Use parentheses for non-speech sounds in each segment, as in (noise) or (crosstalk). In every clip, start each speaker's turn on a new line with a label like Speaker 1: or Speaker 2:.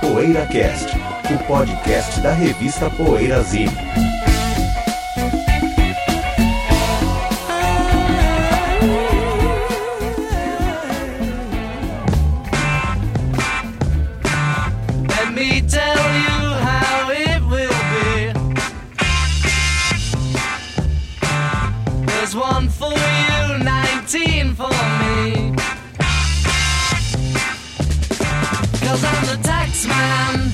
Speaker 1: PoeiraCast, o podcast da revista Poeira Zine.
Speaker 2: Let me tell you how it will be. There's one for you, 19 for me. Cause I'm the tax man.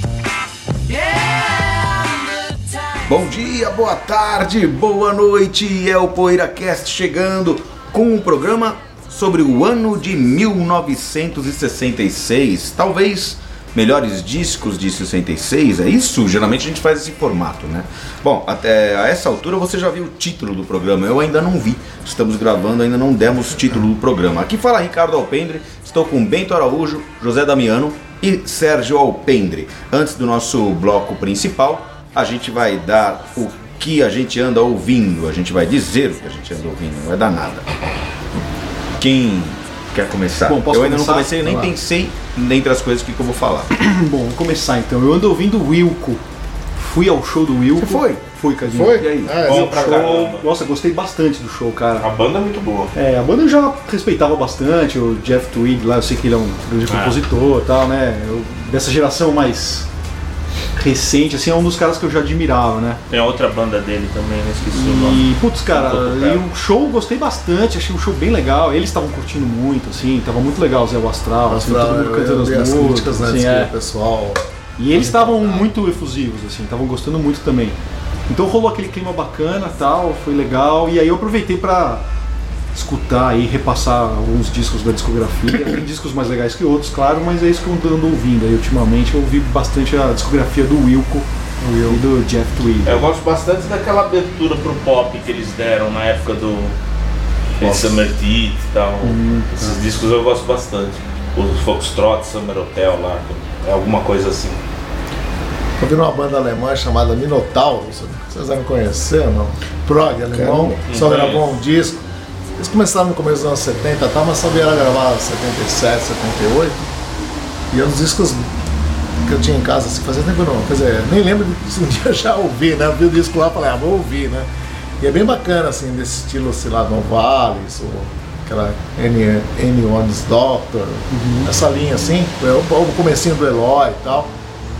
Speaker 2: Yeah, I'm the tax
Speaker 1: Bom dia, boa tarde, boa noite. É o PoeiraCast chegando com um programa sobre o ano de 1966. Talvez melhores discos de 66, é isso? Geralmente a gente faz esse formato, né? Bom, até a essa altura você já viu o título do programa. Eu ainda não vi. Estamos gravando, ainda não demos o título do programa. Aqui fala Ricardo Alpendre, estou com Bento Araújo, José Damiano e Sérgio Alpendre. Antes do nosso bloco principal, a gente vai dar o que a gente anda ouvindo, a gente vai dizer o que a gente anda ouvindo, não vai dar nada. Quem quer começar?
Speaker 3: Bom, posso
Speaker 1: eu ainda não
Speaker 3: começar?
Speaker 1: comecei, eu nem
Speaker 3: Vai lá.
Speaker 1: pensei dentre as coisas que, que eu vou falar.
Speaker 3: Bom, vou começar então. Eu ando ouvindo o Wilco. Fui ao show do Wilco.
Speaker 1: foi?
Speaker 3: Fui, Cadinho.
Speaker 4: Foi?
Speaker 3: E aí?
Speaker 4: Ah, é.
Speaker 3: Fui ao
Speaker 5: Bom um pra
Speaker 3: show.
Speaker 5: caramba.
Speaker 3: Nossa, gostei bastante do show,
Speaker 5: A
Speaker 3: cara.
Speaker 5: banda é muito boa.
Speaker 3: É, a banda eu já respeitava bastante, o Jeff Tweed lá, eu sei que ele é um grande compositor e tal, né? Eu- dessa geração mais recente, assim, é um dos caras que eu já admirava, né?
Speaker 5: Tem a outra banda dele também, não esqueci o nome.
Speaker 3: E, putz, cara,
Speaker 5: Um pouco,
Speaker 3: e
Speaker 5: cara.
Speaker 3: o show eu gostei bastante, achei o show bem legal. Eles estavam curtindo muito, assim, tava muito legal o Zé o Astral, assim, todo mundo cantando as músicas.
Speaker 4: críticas, né?
Speaker 3: assim,
Speaker 4: diz que
Speaker 3: é.
Speaker 4: o pessoal.
Speaker 3: E eles estavam muito efusivos, assim, estavam gostando muito também. Então rolou aquele clima bacana tal, foi legal. E aí eu aproveitei pra escutar e repassar alguns discos da discografia. Tem discos mais legais que outros, claro, mas é isso que eu ando ouvindo. Aí ultimamente eu ouvi bastante a discografia do Wilco e do Jeff Tweed.
Speaker 5: Eu gosto bastante daquela abertura pro pop que eles deram na época do aquele Summer Teeth e tal. Esses discos eu gosto bastante. Os Foxtrot, Summer Hotel lá, é alguma coisa assim.
Speaker 4: Eu vi uma banda alemã chamada Minotauro, não sei se vocês vão conhecer, não? Prog alemão, só
Speaker 5: Não
Speaker 4: gravou um disco. Eles começaram no começo dos anos 70 e tal, mas só vieram gravar 77, 78. E é um dos discos que eu tinha em casa, assim, fazia tempo que eu não. Quer dizer, nem lembro se um (laughs) dia eu já ouvi, né? Eu vi o disco lá e falei, ah, vou ouvir, né? E é bem bacana, assim, desse estilo, sei lá, Novalis, ou aquela N- Anyone's Doctor,
Speaker 1: Uhum.
Speaker 4: essa linha, assim, o, o comecinho do Eloy e tal.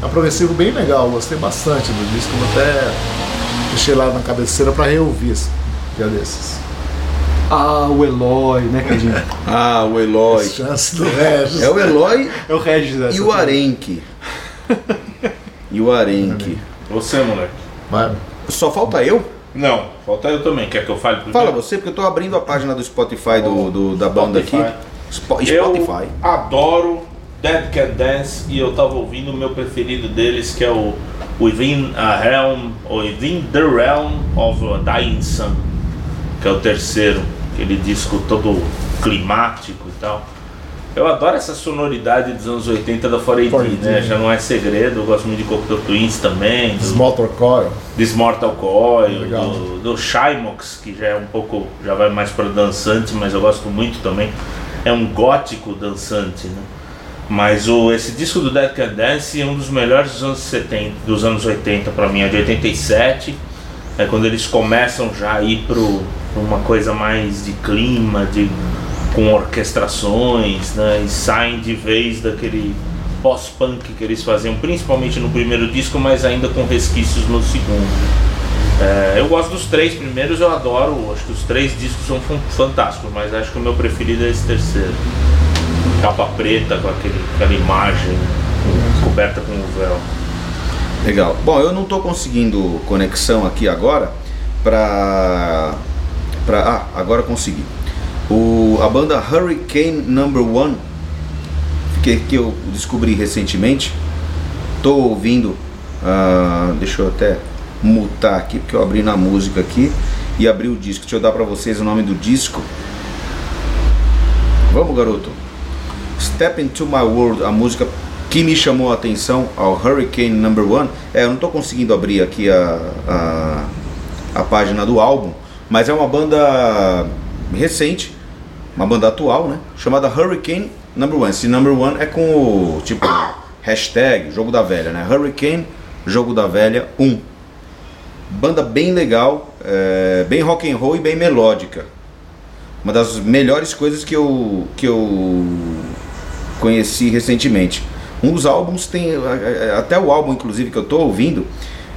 Speaker 4: É um progressivo bem legal, eu gostei bastante do disco, eu até deixei lá na cabeceira pra reouvir esse dia desses.
Speaker 3: Ah, o Eloy, né, Cadinho?
Speaker 1: Ah, o Eloy.
Speaker 4: Chance do Regis.
Speaker 1: É o Eloy
Speaker 3: (laughs) é o Regis dessa.
Speaker 1: e o Arenque. E o Arenque.
Speaker 5: Você, moleque?
Speaker 4: Vai.
Speaker 1: Só falta eu?
Speaker 5: Não, falta eu também. Quer que eu fale primeiro?
Speaker 1: Fala você, porque eu tô abrindo a página do Spotify do, do- da banda aqui. Spo- Spotify.
Speaker 5: Eu adoro Dead Can Dance e eu tava ouvindo o meu preferido deles, que é o Within a Realm, ou Within the Realm of a Dying Sun, que é o terceiro, aquele disco todo climático e tal. Eu adoro essa sonoridade dos anos 80 da 4AD, né? Já não é segredo, eu gosto muito de Cocteau Twins também, do
Speaker 4: Motor Coil.
Speaker 5: This Mortal Coil,
Speaker 4: Legal.
Speaker 5: do, do Shymox, que já é um pouco, já vai mais para dançante, mas eu gosto muito também. É um gótico dançante, né? Mas o, esse disco do Dead Can Dance é um dos melhores dos anos 70, dos anos 80 para mim, é de 87. É quando eles começam já a ir pro pra uma coisa mais de clima, de com orquestrações, né? E saem de vez daquele pós-punk que eles faziam, principalmente no primeiro disco, mas ainda com resquícios no segundo. É, eu gosto dos três primeiros, eu adoro, acho que os três discos são fan- fantásticos, mas acho que o meu preferido é esse terceiro. Capa preta com aquele, aquela imagem com- coberta com o véu.
Speaker 1: Legal. Bom, eu não tô conseguindo conexão aqui agora pra. pra ah, agora eu consegui. O, a banda Hurricane Number One, que, que eu descobri recentemente, tô ouvindo. ah, deixa eu até mutar aqui, porque eu abri na música aqui e abri o disco. Deixa eu dar pra vocês o nome do disco. Vamos, garoto. Step Into My World, a música que me chamou a atenção ao Hurricane Number One. É, eu não tô conseguindo abrir aqui a, a, a página do álbum, mas é uma banda recente, uma banda atual, né? Chamada Hurricane Number One. Esse Number One é com o tipo Hashtag Jogo da Velha, né? Hurricane Jogo da Velha 1. Banda bem legal, é, bem rock and roll e bem melódica. Uma das melhores coisas que eu, que eu conheci recentemente. Um dos álbuns tem. a- a- Até o álbum, inclusive, que eu tô ouvindo,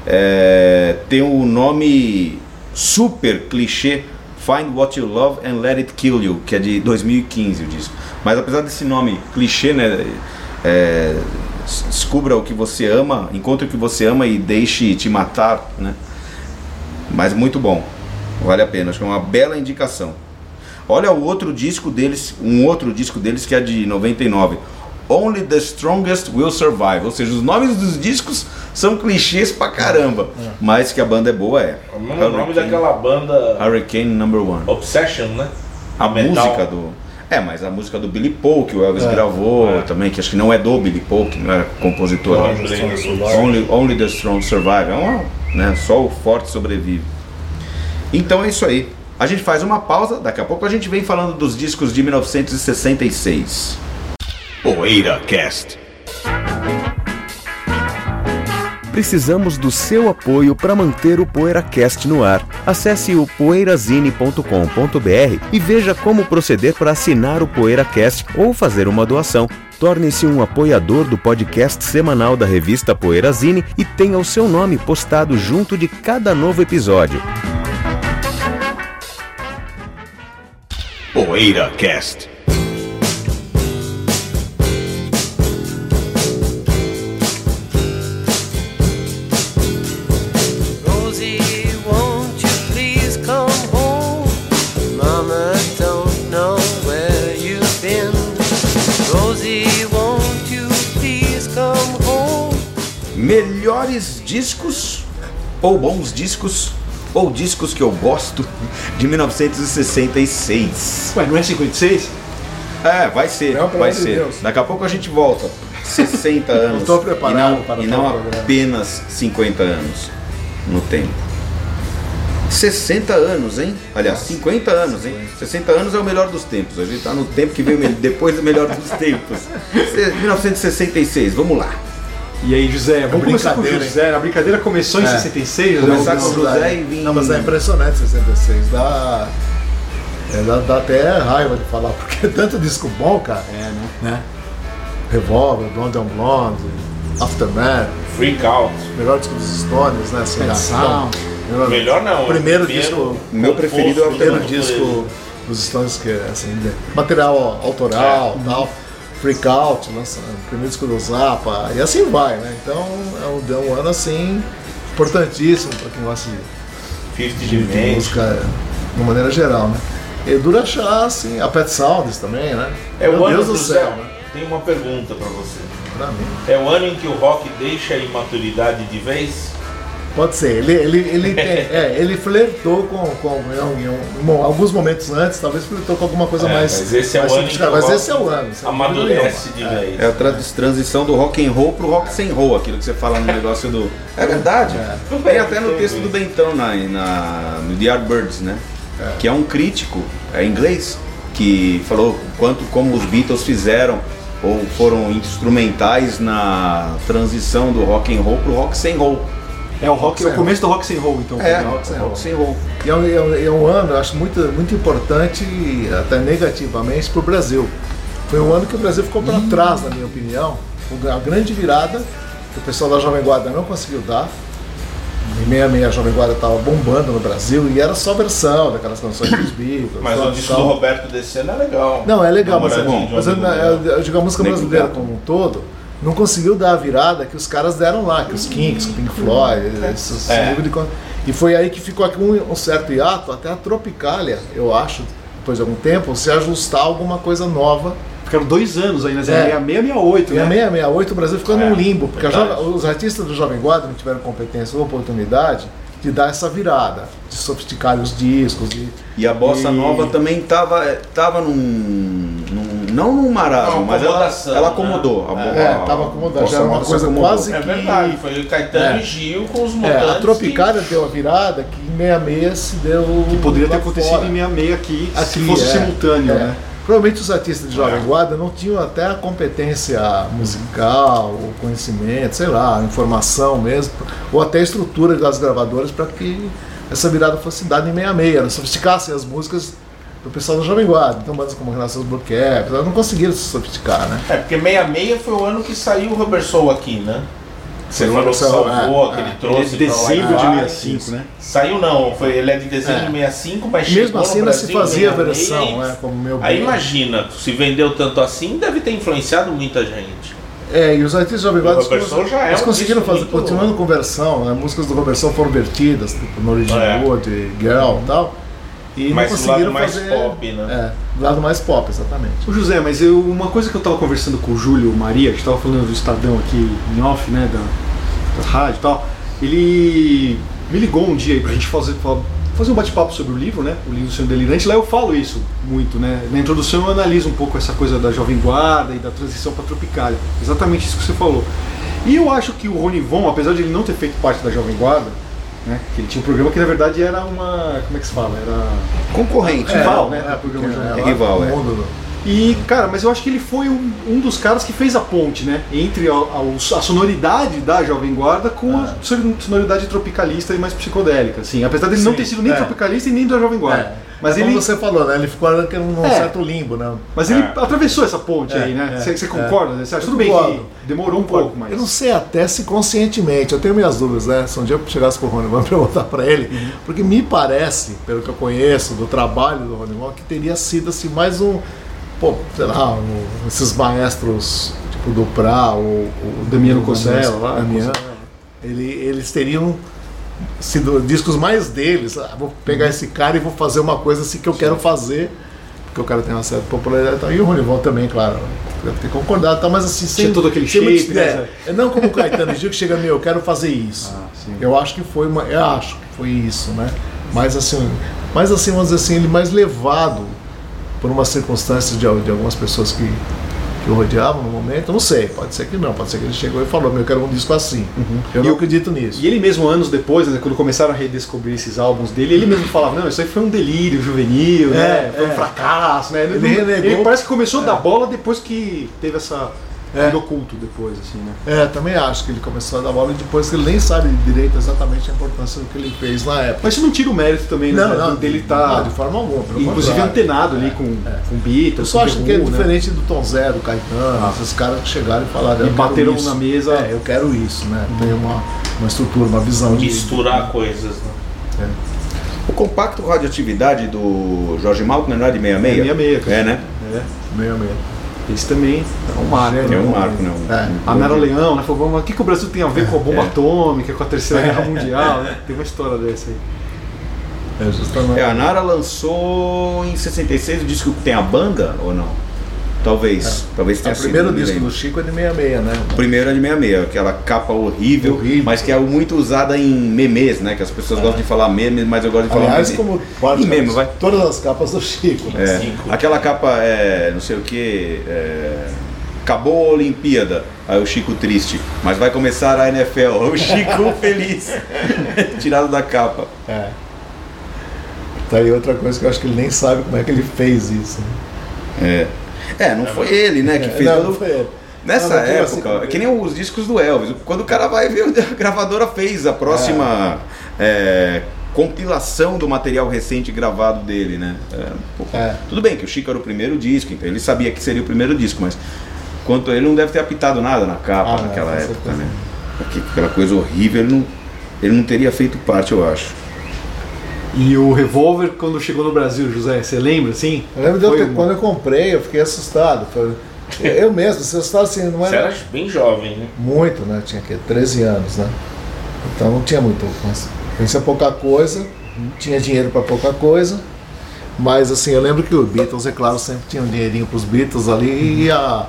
Speaker 1: é, tem o nome super clichê Find What You Love and Let It Kill You, que é de 2015 o disco. Mas apesar desse nome clichê, né? é, s- descubra o que você ama, encontre o que você ama e deixe te matar, né? Mas muito bom. Vale a pena, acho que é uma bela indicação. Olha o outro disco deles, um outro disco deles que é de 99. Only the Strongest Will Survive. Ou seja, os nomes dos discos são clichês pra caramba. Mas que a banda é boa é.
Speaker 5: O mesmo nome daquela banda
Speaker 1: Hurricane Number One.
Speaker 5: Obsession, né?
Speaker 1: A
Speaker 5: Metal.
Speaker 1: música do. É, mas a música do Billy Paul, que o Elvis gravou também, que acho que não é do Billy Paul, que não é compositor. né? Only, only the strong survive. É uma, né? Só o forte sobrevive. Então é isso aí. A gente faz uma pausa, daqui a pouco a gente vem falando dos discos de 1966. Poeira Cast.
Speaker 6: Precisamos do seu apoio para manter o PoeiraCast no ar. Acesse o poeirazine.com.br e veja como proceder para assinar o PoeiraCast ou fazer uma doação. Torne-se um apoiador do podcast semanal da revista Poeirazine e tenha o seu nome postado junto de cada novo episódio.
Speaker 1: Poeira Cast.
Speaker 2: Rosie, won't you please come home? Mama don't know where you've been. Rosie, won't you please come home?
Speaker 1: Melhores discos ou bons discos ou discos que eu gosto de 1966.
Speaker 3: Ué, não é 56?
Speaker 1: É, vai ser,
Speaker 4: Não, pelo
Speaker 1: vai
Speaker 4: amor de
Speaker 1: ser.
Speaker 4: Deus.
Speaker 1: Daqui a pouco a gente volta.
Speaker 4: (laughs)
Speaker 1: 60 anos.
Speaker 4: tô preparado
Speaker 1: e não,
Speaker 4: para
Speaker 1: e
Speaker 4: tal
Speaker 1: não
Speaker 4: programa.
Speaker 1: apenas 50 anos no tempo. 60 anos, hein? Aliás, 50 anos, hein? 60 anos é o melhor dos tempos. A gente tá no tempo que veio me- (laughs) depois do melhor dos
Speaker 4: (laughs)
Speaker 1: tempos. Se- 1966, vamos lá.
Speaker 3: E aí, José, vamos começar com o
Speaker 4: brincadeira,
Speaker 3: José. A brincadeira começou em
Speaker 4: É.
Speaker 3: 66, José.
Speaker 4: Tá
Speaker 1: Começar com
Speaker 3: Augusto.
Speaker 1: o José e vim.
Speaker 4: Não, mas é impressionante 66. Dá, é, dá, dá até raiva de falar, porque é tanto disco bom, cara. É, né? Revolver, Blonde on Blonde, Aftermath,
Speaker 5: Freak Out.
Speaker 4: melhor disco dos Stones, né? Assim,
Speaker 3: Pet
Speaker 4: da-
Speaker 3: Sound.
Speaker 4: melhor,
Speaker 5: Melhor não. é o
Speaker 4: primeiro disco.
Speaker 1: Meu
Speaker 5: composto
Speaker 1: preferido é o
Speaker 5: pelo-
Speaker 4: primeiro
Speaker 1: Pelo
Speaker 4: disco dos Stones que é assim, de- material autoral, tal, Freak Out, lança- o primeiro disco do Zappa, e assim vai, né? Então é um, é um ano assim importantíssimo para quem gosta de
Speaker 5: Fifty
Speaker 4: de, de
Speaker 5: Dimensions.
Speaker 4: música de uma maneira geral, né? E Dura Chá, assim, a Pet Sounds também, né?
Speaker 5: É o
Speaker 4: Meu
Speaker 5: ano
Speaker 4: Deus
Speaker 5: do
Speaker 4: do céu, né?
Speaker 5: Tem uma pergunta pra você.
Speaker 4: Pra mim.
Speaker 5: É o ano em que o rock deixa a imaturidade de vez?
Speaker 4: Pode ser, ele, ele, ele, tem- é, ele flertou com, com em, um- bom, alguns momentos antes, talvez flertou com alguma coisa
Speaker 5: É,
Speaker 4: mais.
Speaker 5: mas esse é o
Speaker 4: mais
Speaker 5: ano em que
Speaker 4: sofisticada,
Speaker 5: o
Speaker 4: Ah, Mas
Speaker 5: rock
Speaker 4: esse é o ano. esse é o ano do
Speaker 5: Amadurece de
Speaker 4: Leão. É.
Speaker 5: vez.
Speaker 1: É a trans- transição do rock and roll pro rock sem roll, aquilo que você fala no negócio do. É verdade. Tem até no texto do Bentão na, na, no The Yardbirds, né? Que é um crítico, é inglês, que falou quanto como os Beatles fizeram ou foram instrumentais na transição do rock and roll pro rock sem roll.
Speaker 3: É o, rock, é o começo do rock and roll, então.
Speaker 4: rock sem roll.
Speaker 1: rock sem roll.
Speaker 4: E é um, é um- é um ano, eu acho muito, muito importante, até negativamente, para o Brasil. Foi um ano que o Brasil ficou para trás, na minha opinião. O gra- A grande virada que o pessoal da Jovem Guarda não conseguiu dar. Em 66 a Jovem Guarda estava bombando no Brasil e era só versão daquelas canções dos
Speaker 5: (coughs)
Speaker 4: Beatles.
Speaker 5: Mas
Speaker 4: tal,
Speaker 5: o disco
Speaker 4: tal.
Speaker 5: do Roberto Decena é legal.
Speaker 4: Não, é legal, mas é
Speaker 5: Namoradinho
Speaker 4: bom.
Speaker 5: de
Speaker 4: Mas eu,
Speaker 5: Homem do Mundo.
Speaker 4: eu, eu digo, a música
Speaker 1: Negro
Speaker 4: brasileira
Speaker 1: Gato.
Speaker 4: como um todo não conseguiu dar a virada que os caras deram lá, que os Kinks, que o Pink Floyd, esses
Speaker 5: É.
Speaker 4: esse livro de con- E foi aí que ficou aqui um, um certo hiato, até a Tropicália, eu acho, depois de algum tempo, se ajustar a alguma coisa nova.
Speaker 3: Ficaram dois anos né? ainda, Zé.
Speaker 4: É.
Speaker 3: 66, 68,
Speaker 4: E a
Speaker 3: né?
Speaker 4: 668 o Brasil ficou
Speaker 5: É,
Speaker 4: num limbo, porque a
Speaker 5: verdade.
Speaker 4: jovem- os artistas do Jovem Guarda não tiveram competência ou oportunidade de dar essa virada, de sofisticar os discos, de
Speaker 1: E a bossa
Speaker 4: E-
Speaker 1: nova também tava, é, tava num, num- Não num marasmo,
Speaker 5: Uma
Speaker 1: mas ela,
Speaker 5: acomodação,
Speaker 1: ela
Speaker 5: né?
Speaker 1: acomodou. A, bo-
Speaker 4: É,
Speaker 1: a
Speaker 4: tava acomodada,
Speaker 1: bossa
Speaker 4: já era uma
Speaker 1: nova se
Speaker 4: coisa
Speaker 1: acomodou.
Speaker 4: quase-
Speaker 5: É verdade, foi o Caetano
Speaker 4: É.
Speaker 5: e Gil com os
Speaker 4: É,
Speaker 5: mutantes.
Speaker 4: a Tropicália deu a virada que em 66 se deu.
Speaker 3: Poderia ter
Speaker 4: lá
Speaker 3: acontecido
Speaker 4: fora.
Speaker 3: em 66 aqui, se
Speaker 4: Aqui,
Speaker 3: fosse
Speaker 4: é.
Speaker 3: simultâneo,
Speaker 4: É.
Speaker 3: né?
Speaker 4: Provavelmente os artistas de Jovem Guarda não tinham até a competência musical, o conhecimento, sei lá, a informação mesmo, ou até a estrutura das gravadoras para que essa virada fosse dada em meia-meia, elas sofisticassem as músicas do pessoal do Jovem Guarda. Então, bandas como Renaissance Burquet, elas não conseguiram se sofisticar, né?
Speaker 7: É, porque 66 foi o ano que saiu o Robert Soul aqui, né? Você
Speaker 4: Sim,
Speaker 7: falou que
Speaker 4: Robert Soul,
Speaker 7: salvou,
Speaker 4: é,
Speaker 7: que ele
Speaker 4: é.
Speaker 7: trouxe. pra lá e
Speaker 3: Dezembro de
Speaker 7: lá.
Speaker 3: 65, né?
Speaker 7: Saiu não, foi, ele é de dezembro
Speaker 4: É.
Speaker 7: de 65, mas
Speaker 4: Mesmo
Speaker 7: chegou no
Speaker 4: assim, ainda se
Speaker 7: Brasil em
Speaker 4: fazia a
Speaker 7: 66.
Speaker 4: versão, né? Como meu
Speaker 7: Aí
Speaker 4: bem.
Speaker 7: imagina, se vendeu tanto assim, deve ter influenciado muita gente.
Speaker 4: É, e os artistas jovem guarda,
Speaker 7: O Robertson
Speaker 4: eles-
Speaker 7: já é
Speaker 4: eles
Speaker 7: um
Speaker 4: conseguiram
Speaker 7: disco
Speaker 4: fazer,
Speaker 7: muito-
Speaker 4: continuando com versão, né? Músicas do Robertson foram vertidas, tipo no
Speaker 7: É.
Speaker 4: Original, de Girl e tal. E
Speaker 7: Mas
Speaker 4: não
Speaker 7: do lado
Speaker 4: conseguiram
Speaker 7: mais
Speaker 4: fazer.
Speaker 7: pop, né?
Speaker 4: É, do lado mais pop, exatamente.
Speaker 3: Ô José, mas eu, uma coisa que eu tava conversando com o Júlio Maria, a gente tava falando do Estadão aqui em off, né, da, da rádio e tal, ele me ligou um dia aí pra gente fazer, fa- fazer um bate-papo sobre o livro, né, o livro Senhor Delirante, lá eu falo isso muito, né, na introdução eu analiso um pouco essa coisa da Jovem Guarda e da transição pra Tropicália, exatamente isso que você falou. E eu acho que o Ronivon, apesar de ele não ter feito parte da Jovem Guarda, né, que ele tinha um programa que na verdade era uma, como é que se fala, era...
Speaker 1: Concorrente.
Speaker 3: É. Rival,
Speaker 4: É,
Speaker 3: né?
Speaker 4: É, porque
Speaker 3: É,
Speaker 4: é, lá,
Speaker 1: rival,
Speaker 4: o
Speaker 1: é.
Speaker 4: mundo do-
Speaker 3: E, cara, mas eu acho que ele foi um, um dos caras que fez a ponte, né? Entre a, a- a sonoridade da Jovem Guarda com
Speaker 4: É.
Speaker 3: a son- sonoridade tropicalista e mais psicodélica, assim. Apesar dele não
Speaker 4: Sim,
Speaker 3: ter sido nem
Speaker 4: é.
Speaker 3: tropicalista e nem da Jovem Guarda.
Speaker 4: É.
Speaker 3: Mas,
Speaker 4: Como
Speaker 3: ele,
Speaker 4: você falou, né? Ele ficou naquele- num
Speaker 3: É.
Speaker 4: certo limbo, né?
Speaker 3: mas ele
Speaker 7: É.
Speaker 3: atravessou essa ponte
Speaker 4: É,
Speaker 3: aí, né?
Speaker 4: é,
Speaker 3: Você você
Speaker 4: é.
Speaker 3: concorda? Né? Você acha
Speaker 4: Eu
Speaker 3: tudo bem
Speaker 4: concordo.
Speaker 3: que demorou um pouco, mas...
Speaker 4: Eu não sei até se conscientemente, eu tenho minhas dúvidas, né? Se um dia (laughs) eu chegasse pro Rony Von pra perguntar pra ele,
Speaker 3: Uhum.
Speaker 4: porque me parece, pelo que eu conheço do trabalho do Rony Von, que teria sido assim mais um, pô, sei lá, um- esses maestros tipo do Pra, o, o
Speaker 3: Damiano
Speaker 4: o-
Speaker 3: Cossella lá,
Speaker 4: Damiano, ele, eles teriam sido discos mais deles. Ah, vou pegar esse cara e vou fazer uma coisa assim que eu quero fazer. Porque o cara tem uma certa popularidade e tal. E o Ronivon também, claro. Deve ter concordado, e tal, mas assim, sem,
Speaker 3: Tinha todo aquele
Speaker 4: sem
Speaker 3: shape,
Speaker 4: muita ideia.
Speaker 3: né?
Speaker 4: É, Não como o Caetano Gil que chega, meu, eu quero fazer isso.
Speaker 3: Ah, sim.
Speaker 4: eu acho que foi uma. Eu acho que foi isso, né? Mas assim, mas assim, vamos dizer assim, ele mais levado por umas circunstâncias de, al- de algumas pessoas que, que o rodeavam no momento, eu não sei, pode ser que não, pode ser que ele chegou e falou, meu, eu quero um disco assim. Eu
Speaker 3: Uhum. E
Speaker 4: não
Speaker 3: o-
Speaker 4: acredito nisso.
Speaker 3: E ele mesmo, anos depois, né, quando começaram a redescobrir esses álbuns dele, ele mesmo falava, não, isso aí foi um delírio juvenil, né?
Speaker 4: É,
Speaker 3: Foi um
Speaker 4: é.
Speaker 3: fracasso, né?
Speaker 4: Ele renegou.
Speaker 3: ele parece que começou a dar bola depois que teve essa...
Speaker 4: É.
Speaker 3: do oculto depois, assim, né?
Speaker 4: É, também acho que ele começou a dar bola e depois que ele nem sabe direito exatamente a importância do que ele fez na época. é
Speaker 3: Mas isso não tira o mérito também, né? dele
Speaker 4: não,
Speaker 3: estar,
Speaker 4: de forma alguma, pelo
Speaker 3: inclusive,
Speaker 4: contrário. É,
Speaker 3: antenado ali com, com Beatles,
Speaker 4: Eu só
Speaker 3: com
Speaker 4: acho
Speaker 3: The
Speaker 4: que é
Speaker 3: Who, né? Ah.
Speaker 4: diferente do Tom Zé, do Caetano, esses caras que chegaram e falaram.
Speaker 3: E
Speaker 4: "Eu quero
Speaker 3: bateram
Speaker 4: isso."
Speaker 3: na mesa. Uhum.
Speaker 4: É, eu quero isso, né? Tem uma, uma estrutura, uma visão de.
Speaker 7: Misturar coisas, né?
Speaker 1: O compacto radioatividade do Jorge Maltner não é de 66?
Speaker 3: É 66, cara.
Speaker 1: É, né?
Speaker 4: Meio a meio.
Speaker 3: Esse também é um marco, né?
Speaker 1: É um marco, né? É.
Speaker 4: É.
Speaker 3: A Nara Leão, né? Falou, "Mas o que, que o Brasil tem a ver com a bomba atômica, com a Terceira Guerra Mundial, né? Tem uma história dessa aí.
Speaker 4: É justamente.
Speaker 1: É, a Nara lançou em 66 o disco que tem a banda ou não? Talvez. Talvez
Speaker 3: É,
Speaker 1: tenha
Speaker 4: É. o
Speaker 3: assim,
Speaker 4: primeiro
Speaker 1: sido, não me
Speaker 4: disco do
Speaker 1: lembro.
Speaker 4: Chico é de 66, né?
Speaker 1: O primeiro é de 66, aquela capa horrível,
Speaker 4: Horrível.
Speaker 1: mas que é muito usada em memes, né? Que as pessoas gostam de falar memes, mas eu gosto de falar
Speaker 4: Aliás,
Speaker 1: meme.
Speaker 4: como
Speaker 1: E meme, vai.
Speaker 4: todas as capas do Chico, né?
Speaker 1: É,
Speaker 7: Cinco.
Speaker 1: aquela capa é, não sei o que, é, acabou a Olimpíada, aí o Chico triste, mas vai começar a NFL, (laughs) o Chico feliz, (laughs) tirado da capa.
Speaker 4: É. Tá aí outra coisa que eu acho que ele nem sabe como é que ele fez isso. né?
Speaker 1: É, é não foi ele, né, que fez
Speaker 4: não,
Speaker 1: todo-
Speaker 4: não foi ele.
Speaker 1: Nessa
Speaker 4: Não, mas digo assim,
Speaker 1: época, é que nem os discos do Elvis. Quando o cara vai ver, (laughs) a gravadora fez a próxima é, compilação do material recente gravado dele, né? É, um pouco-
Speaker 4: É.
Speaker 1: Tudo bem que o Chico era o primeiro disco, então ele sabia que seria o primeiro disco, mas quanto ele não deve ter apitado nada na capa
Speaker 4: Ah, não,
Speaker 1: naquela
Speaker 4: com
Speaker 1: época,
Speaker 4: certeza.
Speaker 1: né? Porque Aquela coisa horrível, ele não, ele não teria feito parte, eu acho.
Speaker 3: E o revólver, quando chegou no Brasil, José, você lembra, assim?
Speaker 4: Eu lembro de eu
Speaker 3: Foi
Speaker 4: ter-
Speaker 3: um-
Speaker 4: quando eu comprei, eu fiquei assustado. Foi- Eu mesmo, se assustado assim, não
Speaker 7: Você
Speaker 4: era
Speaker 7: era bem jovem, né?
Speaker 4: muito, né? Tinha que 13 anos, né? Então não tinha muito, mas conhecia pouca coisa, tinha dinheiro para pouca coisa. Mas assim, eu lembro que o Beatles, é claro, sempre tinha um dinheirinho pros Beatles ali e
Speaker 3: Uhum.
Speaker 4: a.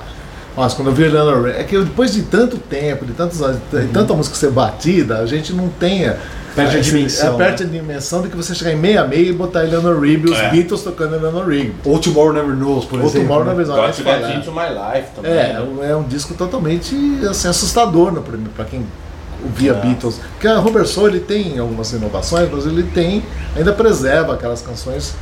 Speaker 4: Mas quando eu vi Lana Ra- é que eu, depois de tanto tempo, de tantos anos, de tanta música ser batida, a gente não tenha.
Speaker 3: Uhum. Perde a
Speaker 4: esse-
Speaker 3: dimensão, né?
Speaker 4: é, perde a dimensão de que você chegar em meia-meia e botar Eleanor Rigby, os Beatles tocando Eleanor Rigby.
Speaker 3: Ou Tomorrow Never Knows, É. por
Speaker 4: Ou
Speaker 3: exemplo.
Speaker 4: Tomorrow na
Speaker 3: né?
Speaker 4: visão.
Speaker 7: Got to Get Into My Life também.
Speaker 4: É,
Speaker 7: né?
Speaker 4: é um disco totalmente assim, assustador né, pra, mim, pra quem via Beatles. Porque a Robert Soul ele tem algumas inovações, mas ele tem, ainda preserva aquelas canções